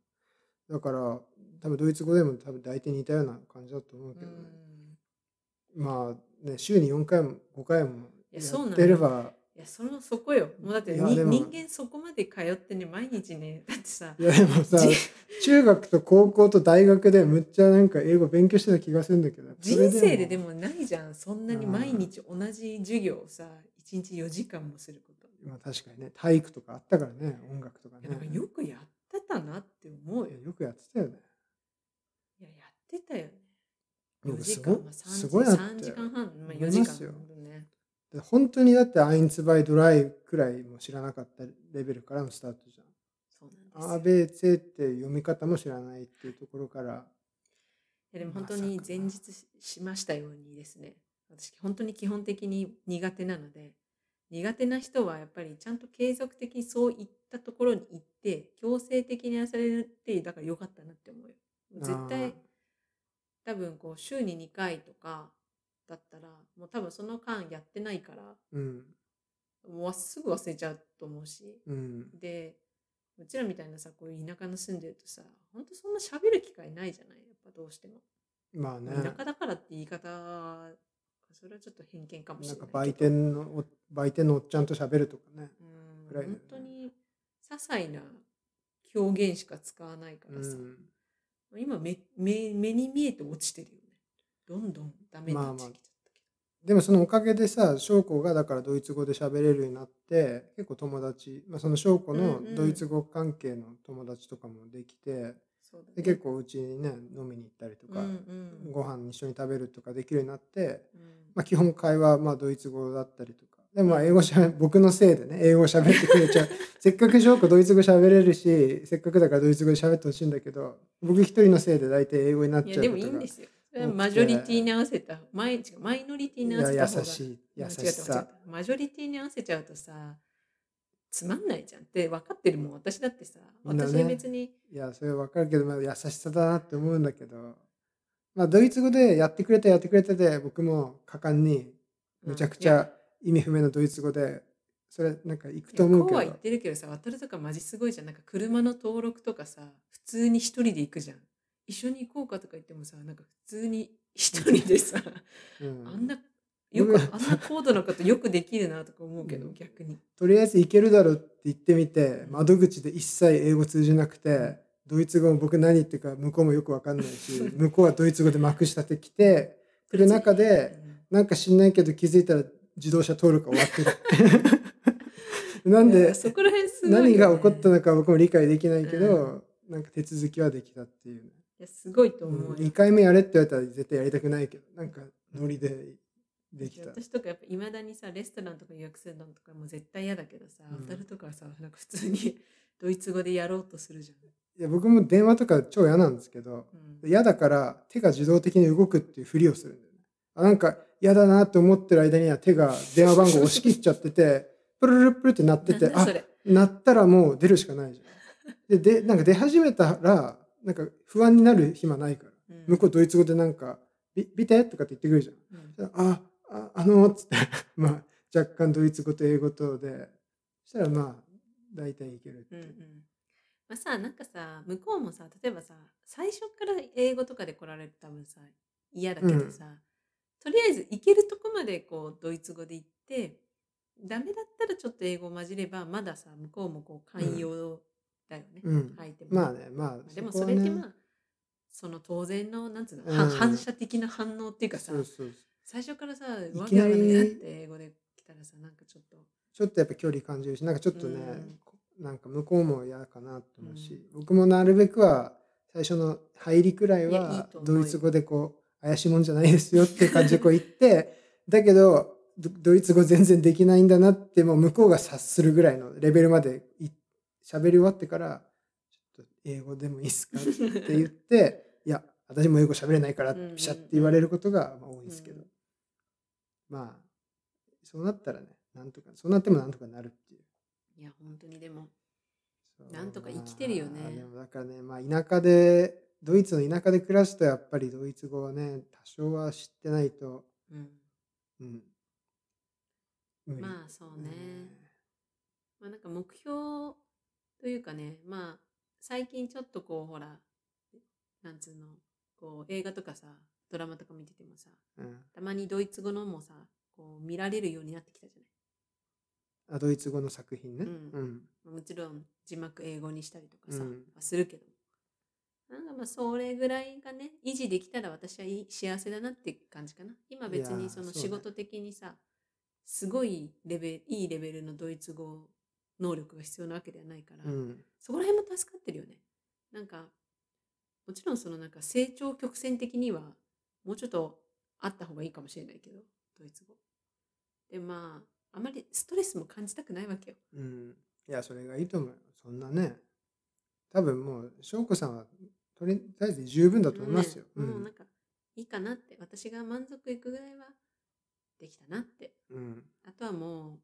Speaker 1: だから多分ドイツ語でも多分大体似たような感じだと思うけ
Speaker 2: う
Speaker 1: どね、
Speaker 2: ん
Speaker 1: まあね週に4回も5回も
Speaker 2: いや
Speaker 1: や
Speaker 2: そうなの
Speaker 1: ってれば
Speaker 2: いやそのそこよもうだって
Speaker 1: い
Speaker 2: に
Speaker 1: やでも
Speaker 2: 人間そこまで通ってね毎日ねだってさ
Speaker 1: いやでも さ
Speaker 2: じ
Speaker 1: 中学と高校と大学でむっちゃなんか英語勉強してた気がするんだけどそれ
Speaker 2: 人生でで
Speaker 1: も
Speaker 2: もないじゃんそんなに毎日同じ授業をさ1日4時間もすること
Speaker 1: まあ確かにね体育とかあったからね音楽とか
Speaker 2: い
Speaker 1: ね
Speaker 2: やだからよくやってたなって思うよ
Speaker 1: いやよくやってたよね
Speaker 2: いややってたよね
Speaker 1: で
Speaker 2: 4
Speaker 1: も
Speaker 2: 時
Speaker 1: す
Speaker 2: 間
Speaker 1: ご
Speaker 2: まあ
Speaker 1: す
Speaker 2: 3
Speaker 1: ごいなっ
Speaker 2: 時3
Speaker 1: て
Speaker 2: 時間半、まあ、
Speaker 1: 思
Speaker 2: 4
Speaker 1: い
Speaker 2: 時
Speaker 1: ますよ
Speaker 2: 間ね
Speaker 1: 本当にだってアインツバイドライくらいも知らなかったレベルからのスタートじ
Speaker 2: そう
Speaker 1: ゃん
Speaker 2: な
Speaker 1: ア
Speaker 2: んですよい
Speaker 1: ベツェって読み方も知らないっていうところから
Speaker 2: やでも本当に前日ししましたようにですね私本当に基本的に苦手なので苦手な人はやっぱりちゃんと継続的にそういったところに行って強制的にやらされるってだから良かったなって思うよ絶
Speaker 1: あー
Speaker 2: 対多分こう週に2回とかだったらもう多分その間やってないから
Speaker 1: うん
Speaker 2: もうわすぐ忘れちゃうと思うし
Speaker 1: うん
Speaker 2: でうちらみたいなさこういう田舎の住んでるとさほんとそんな喋る機会ないじゃないやっぱどうしても、
Speaker 1: まあね
Speaker 2: 田舎だからって言い方それはちょっと偏見かもしれ
Speaker 1: な
Speaker 2: なんい
Speaker 1: か売店のお売店のおっちゃんと喋るとかね
Speaker 2: うん
Speaker 1: ぐらいだよ
Speaker 2: 本
Speaker 1: ね
Speaker 2: 当に些細な表現しか使わないか
Speaker 1: う
Speaker 2: らさ、
Speaker 1: ん
Speaker 2: 今目目目に見えて落ちてるよねどんどんダメになってきちゃったけ
Speaker 1: でもそのおかげでさ翔子がだからドイツ語で喋れるようになって結構友達、まあ、その翔子の
Speaker 2: うんうん
Speaker 1: ドイツ語関係の友達とかもできて、
Speaker 2: ど、そうだね
Speaker 1: で結構うちにね飲みに行ったりとか、
Speaker 2: うんうん
Speaker 1: ご飯一緒に食べるとかできるようになって、
Speaker 2: うん
Speaker 1: まあ、基本会話はまあドイツ語だったりとかでもまあ英語しゃべ僕のせいでね英語喋ってくれ ちゃうせっかく翔子ドイツ語喋れるしせっかくだからドイツ語で喋ってほしいんだけど僕一人のせいで大体英語になっ
Speaker 2: い
Speaker 1: ちゃ
Speaker 2: や
Speaker 1: うこ
Speaker 2: で
Speaker 1: と
Speaker 2: も
Speaker 1: が
Speaker 2: いいんですよ。それ
Speaker 1: 多
Speaker 2: は
Speaker 1: くて
Speaker 2: マジョリティに合わせた、マイ違うマイノリティに合わせ
Speaker 1: い
Speaker 2: た
Speaker 1: や
Speaker 2: 方が
Speaker 1: 優しい優
Speaker 2: 間違
Speaker 1: し
Speaker 2: った間違っ
Speaker 1: さ
Speaker 2: たマジョリティに合わせちゃうとさ、つまんないじゃんって分かってるもん、私だってさ、
Speaker 1: みんな
Speaker 2: 私
Speaker 1: ね
Speaker 2: 別に、
Speaker 1: いやそれわかるけど、まあ、優しさだなって思うんだけど、まあ、ドイツ語でやってくれたやってくれたで僕も果敢に
Speaker 2: うん
Speaker 1: めちゃく
Speaker 2: い
Speaker 1: ち
Speaker 2: や
Speaker 1: ゃ意味不明なドイツ語でそれなんか行く
Speaker 2: い
Speaker 1: と
Speaker 2: や
Speaker 1: 思う
Speaker 2: こ
Speaker 1: け
Speaker 2: う
Speaker 1: ど
Speaker 2: は言ってるけどさ、渡るとかマジすごいじゃん。なんか車の登録とかさ、普通に一人で行くじゃん。一緒に行こうかとか言ってもさ、なんか普通に一人でさ、
Speaker 1: うん
Speaker 2: あんな、よく、あんな高度なことよくできるなとか思うけど、
Speaker 1: うん
Speaker 2: 逆に。
Speaker 1: とりあえず行けるだろうって言ってみて
Speaker 2: うん
Speaker 1: 窓口で一切英語通じなくて、
Speaker 2: うん
Speaker 1: ドイツ語も僕何言ってるか向こうもよく分かんないし 向こうはドイツ語でまくしたてきてくる中で
Speaker 2: うん
Speaker 1: なんか知んないけど気づいたら自動車登録終わってる なん
Speaker 2: い
Speaker 1: で
Speaker 2: やそこら辺すごいよね、
Speaker 1: 何が起こったのか僕も理解できないけ
Speaker 2: う
Speaker 1: ど、なんか手続きはできたっていう、
Speaker 2: いやすごいと
Speaker 1: う
Speaker 2: 思うよ、
Speaker 1: 2回目やれって言われたら絶対やりたくないけどなんかノリでできた、
Speaker 2: 私とかやっぱいまだにさレストランとか予約するのとかも絶対嫌だけどさ、
Speaker 1: うん
Speaker 2: 当たるとかはさなんか普通に ドイツ語でやろうとするじ
Speaker 1: いや僕も電話とか超嫌なんですけど
Speaker 2: ゃん、うん、
Speaker 1: 嫌だから手が自動的に動くっていうふりをするんだよねあなんか嫌だなと思ってる間には手が電話番号を押し切っちゃっててプルルルプルって鳴ってて
Speaker 2: なん
Speaker 1: あ
Speaker 2: だそれ
Speaker 1: 鳴ったらもう出るしかないじゃんででなんか出始めたらなんか不安になる暇ないから
Speaker 2: うん
Speaker 1: 向こうドイツ語でなんか「ビビテ?」とかって言ってくるじゃん
Speaker 2: うん
Speaker 1: あ、あ、あの、つって、まあ、若干ドイツ語と英語とで、したらまあ大体いけるって
Speaker 2: うんう
Speaker 1: いうん
Speaker 2: まあさなんかさ向こうもさ例えばさ最初から英語とかで来られると多分さ嫌だけどさ、とりあえず行けるとこまでこうドイツ語で行ってダメだったらちょっと英語混じればまださ向こうもこう寛容だよね、
Speaker 1: うん
Speaker 2: 相手も
Speaker 1: まあねまあ
Speaker 2: でも
Speaker 1: こ
Speaker 2: そ
Speaker 1: は
Speaker 2: れ
Speaker 1: ね
Speaker 2: ってまあその当然のなんつうの、
Speaker 1: うん
Speaker 2: は反射的な反応っていうかさ
Speaker 1: そうそうそう
Speaker 2: 最初からさ
Speaker 1: り
Speaker 2: わけわかんないなって英語で来たらさなんかちょっと
Speaker 1: ちょっとやっぱ距離感じるしなんかちょっとね、
Speaker 2: うん
Speaker 1: こなんか向こうも嫌かなと思うし、僕もなるべくは最初の入りくらい
Speaker 2: いやいい
Speaker 1: は
Speaker 2: と思う
Speaker 1: ド
Speaker 2: よ
Speaker 1: イツ語でこう怪しいもんじゃないですよっていう感じでこう言って だけどドドイツ語全然できないんだなってもう向こうが察するぐらいのレベルまでい喋り終わってからちょっと英語でもいいですかって言って いや私も英語喋れないから
Speaker 2: うんうん
Speaker 1: ピシャって言われることがまあ多いですけど、
Speaker 2: うん
Speaker 1: まあそうなったらねなんとかそうなってもなんとかなるっていう。
Speaker 2: いや本当にでも
Speaker 1: そう
Speaker 2: なんとか生きてるよね
Speaker 1: まあでもだからね、まあ、田舎でドイツの田舎で暮らすとやっぱりドイツ語はね多少は知ってないと、
Speaker 2: うん
Speaker 1: うん、無理
Speaker 2: まあそうねまあなんか目標というかね、まあ最近ちょっとこうほら、なんつうの、こう映画とかさ、ドラマとか見ててもさ、
Speaker 1: うん、
Speaker 2: たまにドイツ語のもさ、こう見られるようになってきたじゃ
Speaker 1: あドイツ語の作品ね、
Speaker 2: うん
Speaker 1: うん
Speaker 2: ない。もちろん字幕英語にしたりとかさ、
Speaker 1: うん
Speaker 2: はするけど。なんかまあそれぐらいがね、維持できたら私はいい幸せだなって感じかな。今別
Speaker 1: いや
Speaker 2: に
Speaker 1: ー
Speaker 2: その
Speaker 1: そうね
Speaker 2: 仕事的にさ、すごいレベル、いいレベルのドイツ語能力が必要なわけではないから、
Speaker 1: うん
Speaker 2: そこら辺も助かってるよね。なんか、もちろんそのなんか成長曲線的には、もうちょっとあった方がいいかもしれないけど、ドイツ語。で、まあ、あまりストレスも感じたくないわけよ。
Speaker 1: うん、いやそれがいいと思うよそんなね多分もう翔子さんはとりあえず十分だと思いますよ、
Speaker 2: もうねもう
Speaker 1: う
Speaker 2: なんんか、いいかなって、私が満足いくぐらいはできたなって。
Speaker 1: うん、
Speaker 2: あとはも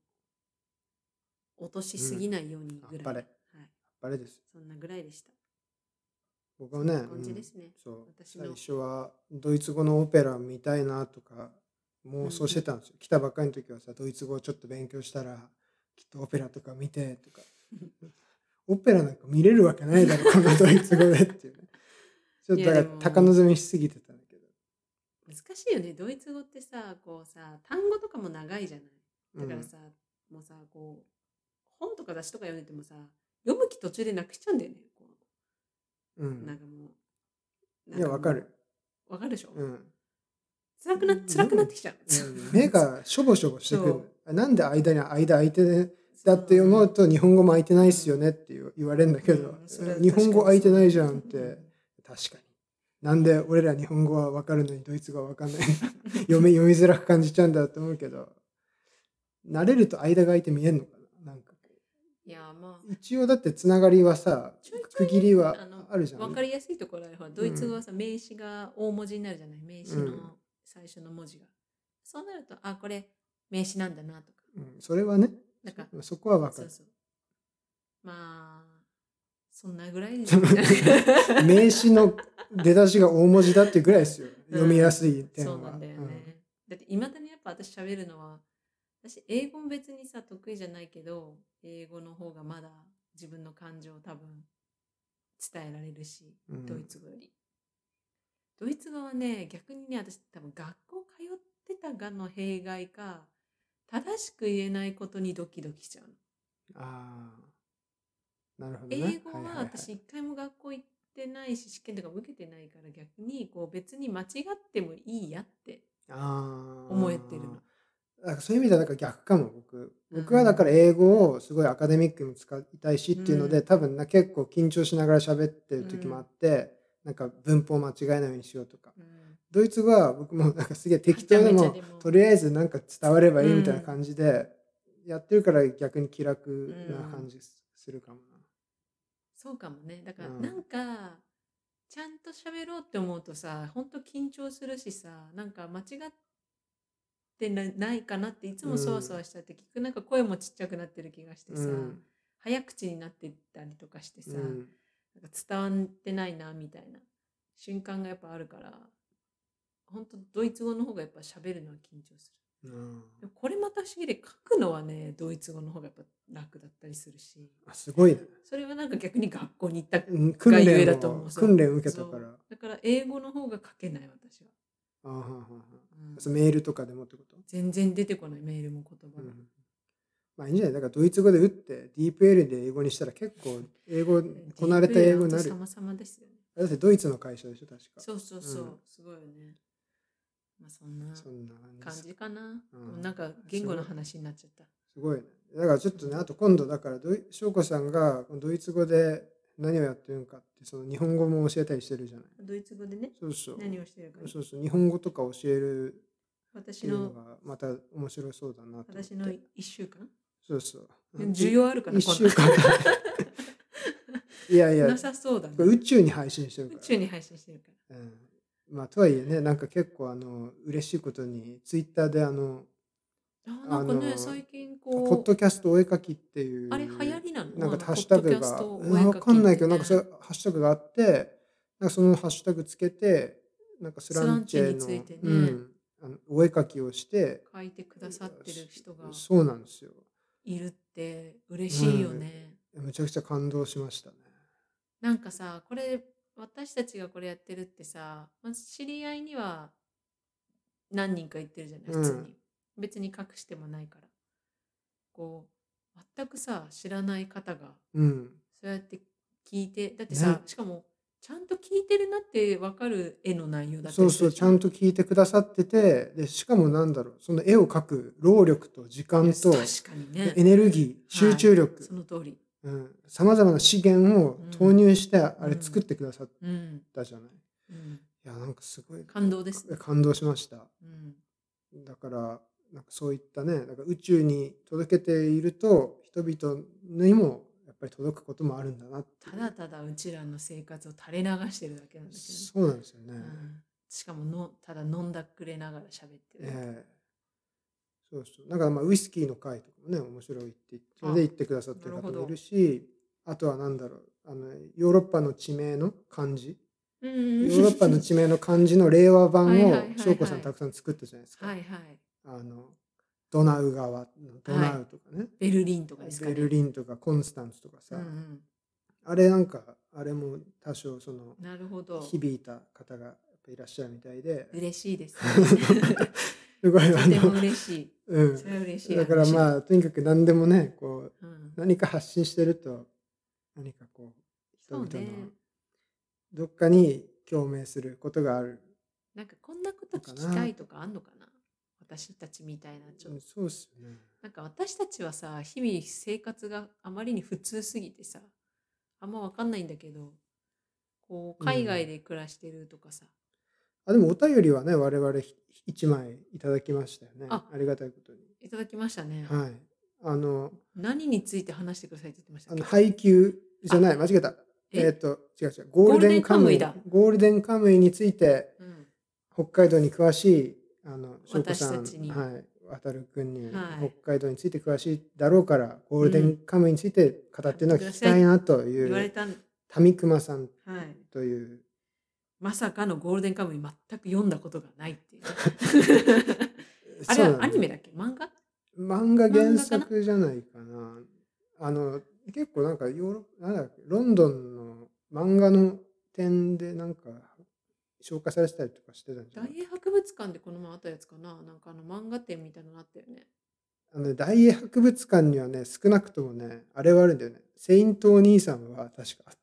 Speaker 2: う、落としすぎないようにぐ
Speaker 1: あっ
Speaker 2: ら
Speaker 1: ぱ
Speaker 2: い。
Speaker 1: れ
Speaker 2: はい。
Speaker 1: あれです
Speaker 2: そんなぐらいでした。
Speaker 1: 僕はね、
Speaker 2: そんな感じですね。
Speaker 1: そう
Speaker 2: 私
Speaker 1: 最
Speaker 2: の
Speaker 1: 初はドイツ語のオペラ見たいなとか妄想してたんですよ、来たばっかりの時はさドイツ語をちょっと勉強したらきっとオペラとか見てとか オペラなんか見れるわけないだろこのドイツ語でって いうねちょっとだ
Speaker 2: い
Speaker 1: か
Speaker 2: や
Speaker 1: ら
Speaker 2: でも
Speaker 1: 高望みしすぎてたんだけど、
Speaker 2: 難しいよね。ドイツ語ってさ、こうさ、単語とかも長いじゃない。
Speaker 1: う
Speaker 2: だ
Speaker 1: ん
Speaker 2: からさ、もうさ、こう、本とか雑誌とか読んでてもさ、読む気途中でなくしちゃうんだよね。こ
Speaker 1: う
Speaker 2: うなん
Speaker 1: ん、
Speaker 2: かもう。
Speaker 1: いや
Speaker 2: なん
Speaker 1: わか
Speaker 2: もう
Speaker 1: る、
Speaker 2: わかるでしょ、
Speaker 1: うん、
Speaker 2: 辛くな、辛くなってきちゃう。
Speaker 1: 目がしょぼしょぼしてく
Speaker 2: そ
Speaker 1: る
Speaker 2: う
Speaker 1: あなんで間に間空いてねだって思うと日本語も空いてないっすよねって言う言われるんだけど、
Speaker 2: うんそれは
Speaker 1: 日本語空いてないじゃんっ
Speaker 2: う
Speaker 1: て
Speaker 2: ん
Speaker 1: 確かになんで俺ら日本語は分かるのにドイツ語は分かんない 読み読みづらく感じちゃうんだと思うけど慣れると間が空いて見えるのかななんか
Speaker 2: いや、まあ、
Speaker 1: 一応だってつながりはさ
Speaker 2: ちょいちょ
Speaker 1: 区
Speaker 2: い
Speaker 1: 切りは
Speaker 2: あの
Speaker 1: あるじゃん
Speaker 2: わかりやすいところはほらドイツ語はさ、名詞が大文字になるじゃない名詞
Speaker 1: う
Speaker 2: の
Speaker 1: ん
Speaker 2: 最初の文字が。そうなると、あ、これ名詞なんだなとか。
Speaker 1: うんそれはね
Speaker 2: なんか、
Speaker 1: そこは分か
Speaker 2: そう
Speaker 1: る
Speaker 2: そう。まあ、そんなぐらいで
Speaker 1: 名詞の出だしが大文字だっていうぐらいですよ、読みやすい点は
Speaker 2: そうなんだよね。だって、いまだにやっぱ私喋るのは、私、英語も別にさ、得意じゃないけど、英語の方がまだ自分の感情を多分伝えられるし、
Speaker 1: うん
Speaker 2: ドイツ語より。ドイツ語はね、逆にね、私多分学校通ってたがの弊害か、正しく言えないことにドキドキしちゃうの。
Speaker 1: ああなるほどね
Speaker 2: 英語
Speaker 1: いい
Speaker 2: はい私一回も学校行ってないし試験とかも受けてないから逆にこう別に間違ってもいいやって
Speaker 1: あー
Speaker 2: 思えてるの。
Speaker 1: だからそういう意味ではなんか逆かも僕
Speaker 2: うん
Speaker 1: 僕はだから英語をすごいアカデミックにも使いたいしっていうので、
Speaker 2: うん
Speaker 1: 多分な結構緊張しながら喋ってる時もあって、なんか文法間違えないようにしようとか
Speaker 2: うん
Speaker 1: ドイツ語は僕もなんかすげえ適当で
Speaker 2: はちゃ
Speaker 1: も
Speaker 2: めちゃでも
Speaker 1: とりあえずなんか伝わればいいみたいな感じでやってるから逆に気楽な感じすするかも
Speaker 2: そうかもね。だから
Speaker 1: うん
Speaker 2: なんかちゃんと喋ろうって思うとさ、本当緊張するしさ、なんか間違ってなないかなっていつもそわそわした時、なんか声もちっちゃくなってる気がして
Speaker 1: な。
Speaker 2: さ、
Speaker 1: うん
Speaker 2: 早口になってったりとかしてさ、
Speaker 1: うん
Speaker 2: なんか伝わってないなみたいな瞬間がやっぱあるから本当ドイツ語の方がやっぱ喋るのは緊張す
Speaker 1: う
Speaker 2: る
Speaker 1: ん
Speaker 2: でもこれまた不思議で書くのはねドイツ語の方がやっぱ楽だっったりするし
Speaker 1: あすごいね
Speaker 2: それはなんか逆に学校に行った
Speaker 1: うん訓
Speaker 2: がゆえ
Speaker 1: 練
Speaker 2: だと思
Speaker 1: を
Speaker 2: うそう
Speaker 1: 訓練受けたから
Speaker 2: そうだから英語の方が書けない私は、
Speaker 1: あはんはんはん
Speaker 2: うん
Speaker 1: そうメールとかでもってこと、
Speaker 2: 全然出てこないメールも言葉
Speaker 1: う
Speaker 2: も、
Speaker 1: んまあいいんじゃないだからドイツ語で打ってディープ L で英語にしたら結構英語こなれた英語になる
Speaker 2: 様々ですよね
Speaker 1: だってドイツの会社でしょ確か
Speaker 2: そうそうそう、
Speaker 1: うん
Speaker 2: すごいよねまあそんな
Speaker 1: そんな
Speaker 2: 感
Speaker 1: じ
Speaker 2: じかな、
Speaker 1: うん
Speaker 2: なんか言語の話になっちゃった
Speaker 1: すごいねだからちょっとねあと今度だからドイ翔子さんがドイツ語で何をやってるのかってその日本語も教えたりしてるじゃない
Speaker 2: ドイツ語でね
Speaker 1: そうそう
Speaker 2: 何をしてるかね
Speaker 1: そうそう日本語とか教えるっ
Speaker 2: 私
Speaker 1: ていうの
Speaker 2: の
Speaker 1: がまた面白そうだなと思って
Speaker 2: 私の一週間
Speaker 1: そうそう
Speaker 2: 需要あるかな
Speaker 1: 一週間 いやい
Speaker 2: こんな
Speaker 1: や
Speaker 2: なさそうだね
Speaker 1: これ宇宙に配信してるか
Speaker 2: 宇
Speaker 1: ら
Speaker 2: 宙に配信してるから
Speaker 1: うんまあ、とはいえねなんか結構あの嬉しいことにツイッターであの
Speaker 2: あなんかね、
Speaker 1: あの
Speaker 2: 最近
Speaker 1: ポ
Speaker 2: こ
Speaker 1: ッ
Speaker 2: う
Speaker 1: ドキャストお絵描きっていう
Speaker 2: あれ流行りなの
Speaker 1: なん
Speaker 2: あの
Speaker 1: かハッシュタグ
Speaker 2: ポッドキャス
Speaker 1: が
Speaker 2: トお絵描
Speaker 1: うん
Speaker 2: き
Speaker 1: わかんないけど
Speaker 2: っ
Speaker 1: なんか
Speaker 2: てね
Speaker 1: それハッシュタグがあってなんかそのハッシュタグつけてなんかスランチェの
Speaker 2: スランチェについてね
Speaker 1: うん、あのお絵描きをして
Speaker 2: 書いてくださってる人が
Speaker 1: そうなんですよ
Speaker 2: いるって嬉しいよね、
Speaker 1: めちゃくちゃ感動しましたね
Speaker 2: なんかさこれ私たちがこれやってるってさ、まあ、知り合いには何人か言ってるじゃない普通に、
Speaker 1: うん
Speaker 2: 別に隠してもないからこう全くさ知らない方が
Speaker 1: うん
Speaker 2: そうやって聞いてだってさ、
Speaker 1: ね
Speaker 2: しかもちゃんと聞いてるなって分かる絵の内容だったり
Speaker 1: そうそうちゃんと聞いてくださっててでしかもなんだろうその絵を描く労力と時間と
Speaker 2: と確かにね
Speaker 1: エネルギー集中力
Speaker 2: その通り
Speaker 1: さまざまな資源を投入してあ
Speaker 2: ん
Speaker 1: れ作ってくださっ
Speaker 2: うん、
Speaker 1: たじゃない、
Speaker 2: うん、
Speaker 1: いやなんかすごい
Speaker 2: 感動ですね、
Speaker 1: 感動しました
Speaker 2: うん、
Speaker 1: だからなんかそういったねなんか宇宙に届けていると人々にもやっぱり届くこともあるんだなっていう
Speaker 2: ただただうちらの生活を垂れ流してるだけなんだけどね
Speaker 1: そうなんですよね、
Speaker 2: うんしかものただ飲んだくれながら喋ってる、
Speaker 1: ええそうそうだからまあウイスキーの会とかもね面白いって言ってそれで言ってくださってる
Speaker 2: なる
Speaker 1: 方
Speaker 2: ほど
Speaker 1: もいるしあとはなんだろうあのヨーロッパの地名の漢字
Speaker 2: うん
Speaker 1: ヨーロッパの地名の漢字の令和
Speaker 2: はい
Speaker 1: 版
Speaker 2: はいは
Speaker 1: を
Speaker 2: いはい
Speaker 1: 翔子さんたくさん作ったじゃないですか。
Speaker 2: はいはい
Speaker 1: あのドナウ川のドナウとかね、
Speaker 2: ベルリンとかですかね
Speaker 1: ベルリンとかコンスタンツとかさ、
Speaker 2: うん
Speaker 1: あれなんかあれも多少その
Speaker 2: うん、なるほど
Speaker 1: 響いた方がやっぱいらっしゃるみたいで、
Speaker 2: 嬉しいです
Speaker 1: すごい
Speaker 2: と
Speaker 1: あ
Speaker 2: ても
Speaker 1: の、
Speaker 2: 嬉しい
Speaker 1: うん
Speaker 2: そ、れは嬉しい
Speaker 1: だから
Speaker 2: あ、
Speaker 1: まあとにかく何でもねこう
Speaker 2: うん
Speaker 1: 何か発信してると何かこ
Speaker 2: そう
Speaker 1: う人々
Speaker 2: ね
Speaker 1: のどっかに共鳴することがある、
Speaker 2: なんかこんなこと聞きたいとかあんのかな私たちみたいなちょっと
Speaker 1: そうっすよね。
Speaker 2: なんか私たちはさ日々生活があまりに普通すぎてさあんま分かんないんだけどこ
Speaker 1: う
Speaker 2: う
Speaker 1: ん
Speaker 2: 海外で暮らしてるとかさ、
Speaker 1: あでもお便りはね我々ひ一枚いただきましたよね
Speaker 2: あ
Speaker 1: ありがたいことに
Speaker 2: いただきましたね、
Speaker 1: はいあの
Speaker 2: 何について話してくださいって言ってました
Speaker 1: あ
Speaker 2: っ
Speaker 1: の
Speaker 2: け
Speaker 1: 配給じゃない間違えた
Speaker 2: え
Speaker 1: えっ、と違う違うゴールデンカムイ
Speaker 2: ゴールデンカム
Speaker 1: ゴールデンカムイについて
Speaker 2: うん
Speaker 1: 北海道に詳しいあの翔子
Speaker 2: 私
Speaker 1: さん
Speaker 2: たちに
Speaker 1: はい渡る君に、
Speaker 2: はい
Speaker 1: 北海道について詳しいだろうからゴールデンカムイについて語ってるのは聞きたいなとい
Speaker 2: 言われ
Speaker 1: う
Speaker 2: たん
Speaker 1: 民熊さん
Speaker 2: はい
Speaker 1: という
Speaker 2: まさかのゴールデンカムイ全く読んだことがないっていう ねあれ
Speaker 1: そうな
Speaker 2: は
Speaker 1: の
Speaker 2: アニメだっけ漫画
Speaker 1: 漫画原
Speaker 2: 漫画か
Speaker 1: 作じゃないかな。あの結構なんかヨーロッなんだっけロンドンの漫画の展でなんか紹介されてたりとかしてたんじゃな
Speaker 2: 大
Speaker 1: い
Speaker 2: 英博物館でこの前あったやつかななんかあの漫画展みたいなのあったよね
Speaker 1: あのね大英博物館にはね少なくともねあれはあるんだよね「セイントお兄さん」は確か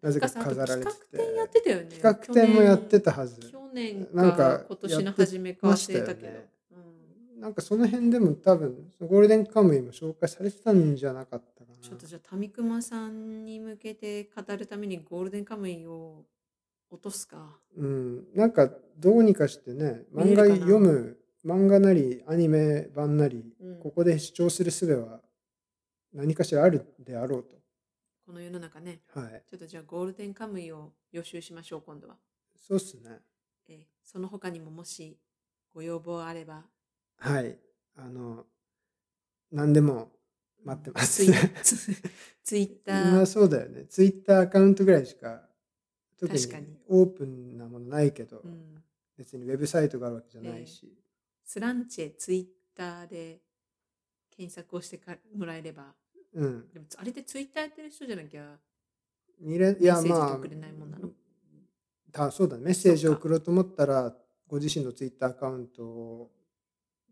Speaker 1: なぜ
Speaker 2: なん
Speaker 1: か
Speaker 2: かさあと
Speaker 1: 飾られ
Speaker 2: 企
Speaker 1: てて
Speaker 2: 画展やってたよね
Speaker 1: 企画展もやってたはず
Speaker 2: 去年
Speaker 1: なん
Speaker 2: か
Speaker 1: か
Speaker 2: 今年の初めか忘れたけど
Speaker 1: やってなんかその辺でも多分ゴールデンカムイも紹介されてたんじゃなかったかな
Speaker 2: うん、ちょっとじゃあ民熊さんに向けて語るためにゴールデンカムイを落とすか
Speaker 1: うん、なんかどうにかしてね
Speaker 2: 見
Speaker 1: 漫
Speaker 2: れるか
Speaker 1: 画
Speaker 2: な
Speaker 1: 読む漫画なりアニメ版なり、
Speaker 2: うん
Speaker 1: ここで視聴する術は何かしらあるであろう
Speaker 2: この世の中ね
Speaker 1: とはい
Speaker 2: ちょっとじゃあゴールデンカムイを予習しましょう今度は、
Speaker 1: そうっすね
Speaker 2: えーその他にももしご要望あれば
Speaker 1: はいあの何でも待ってます
Speaker 2: ツイツイ ツイッタ
Speaker 1: まあ
Speaker 2: ー
Speaker 1: そうだよねツイッターアカウントぐらいしか特に
Speaker 2: 確かに
Speaker 1: オープンなものないけど、
Speaker 2: うん、
Speaker 1: 別にウェブサイトがあるわけじゃないし、
Speaker 2: スランチェツイッターで検索をしてかもらえれば
Speaker 1: うん
Speaker 2: でもあれってツイッターやってる人じゃなきゃ
Speaker 1: 見れい
Speaker 2: メッ
Speaker 1: や
Speaker 2: セージ
Speaker 1: まあ
Speaker 2: 送れないもんなの
Speaker 1: たそうだねメッセージを送ろうと思ったらご自身のツイッターアカウントを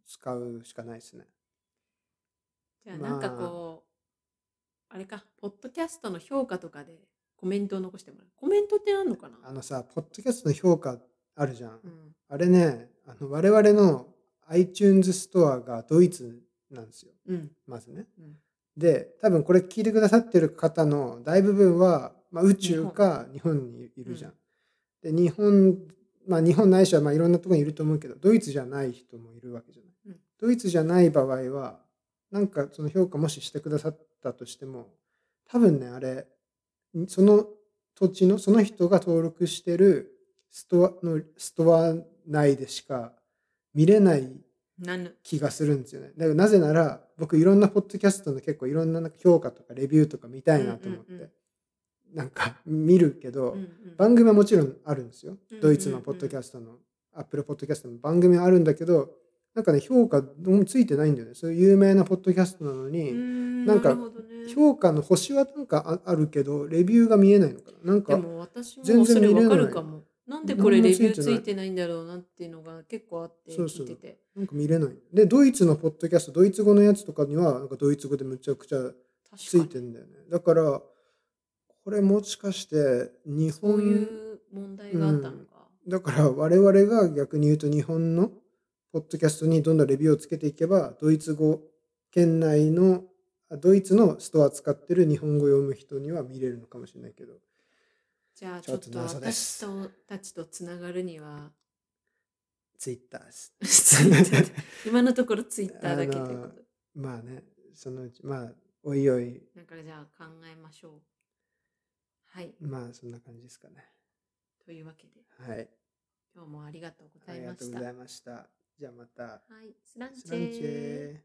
Speaker 1: 使うしかないですね
Speaker 2: じゃあなんかこう、あ、れかポッドキャストの評価とかでコメントを残してもらうコメントってあんのかな
Speaker 1: あのさポッドキャストの評価あるじゃん、
Speaker 2: うん、
Speaker 1: あれねあの我々の iTunes ストアがドイツなんですよ
Speaker 2: うん
Speaker 1: まずね
Speaker 2: うん、
Speaker 1: で多分これ聞いてくださってる方の大部分は、まあ、宇宙か日本にいるじゃん。で日本まあ日本ないしはまあいろんなところにいると思うけどドイツじゃない人もいるわけじゃない。
Speaker 2: うん
Speaker 1: ドイツじゃない場合はなんかその評価もししてくださったとしても多分ねあれその土地のその人が登録してるストアのストア内でしか見れない
Speaker 2: なんの
Speaker 1: 気がするんですよね。だからなぜなら僕いろんなポッドキャストの結構いろんななんか評価とかレビューとか見たいなと思って、
Speaker 2: うんうんう
Speaker 1: なんか見るけど、
Speaker 2: うんうん
Speaker 1: 番組はもちろんあるんですよ。
Speaker 2: うんうん
Speaker 1: ドイツのポッドキャストの、アップルポッドキャストの番組はあるんだけどなんかね評価もついてないんだよね。そういう有名なポッドキャストなの
Speaker 2: うー
Speaker 1: に、
Speaker 2: ん
Speaker 1: なんか
Speaker 2: なるほどね
Speaker 1: 評価の星はなんかああるけどレビューが見えないのかな。なん
Speaker 2: で
Speaker 1: か
Speaker 2: も私
Speaker 1: 全
Speaker 2: も
Speaker 1: 然
Speaker 2: それ
Speaker 1: 見れない
Speaker 2: わかるかもなんでこれレ
Speaker 1: 何も
Speaker 2: ビ
Speaker 1: ついてな
Speaker 2: ュ
Speaker 1: い
Speaker 2: ーついてないんだろうなっていうのが結構あって
Speaker 1: そうそ
Speaker 2: 聞
Speaker 1: う
Speaker 2: いてて
Speaker 1: なんか見れない。でドイツのポッドキャストドイツ語のやつとかにはなんかドイツ語でむちゃくちゃつい
Speaker 2: 確か
Speaker 1: てんだよねだからこれもしかして
Speaker 2: に
Speaker 1: 日
Speaker 2: そ
Speaker 1: 本
Speaker 2: ういう問題があったのか、
Speaker 1: だから我々が逆に言うと日本のポッドキャストにどんどんレビューをつけていけばドイツ語圏内のあドイツのストア使ってる日本語を読む人には見れるのかもしれないけど
Speaker 2: じゃあち
Speaker 1: ち
Speaker 2: ょ
Speaker 1: ょ
Speaker 2: っ
Speaker 1: っ
Speaker 2: と
Speaker 1: と謎で
Speaker 2: 私
Speaker 1: す
Speaker 2: とたちとつながるには
Speaker 1: ツイッターです
Speaker 2: ツイッタ ーで今のところツイッターだけということで
Speaker 1: まあねそのうちまあおいおい
Speaker 2: だからじゃあ考えましょうはい
Speaker 1: まあそんな感じですかね
Speaker 2: というわけで
Speaker 1: はい
Speaker 2: 今日もありがとうご
Speaker 1: あ
Speaker 2: ざい
Speaker 1: り
Speaker 2: ま
Speaker 1: がとう
Speaker 2: し
Speaker 1: ご
Speaker 2: た
Speaker 1: ざ
Speaker 2: はい
Speaker 1: ましたじゃあまた
Speaker 2: いスランチ
Speaker 1: スランチェ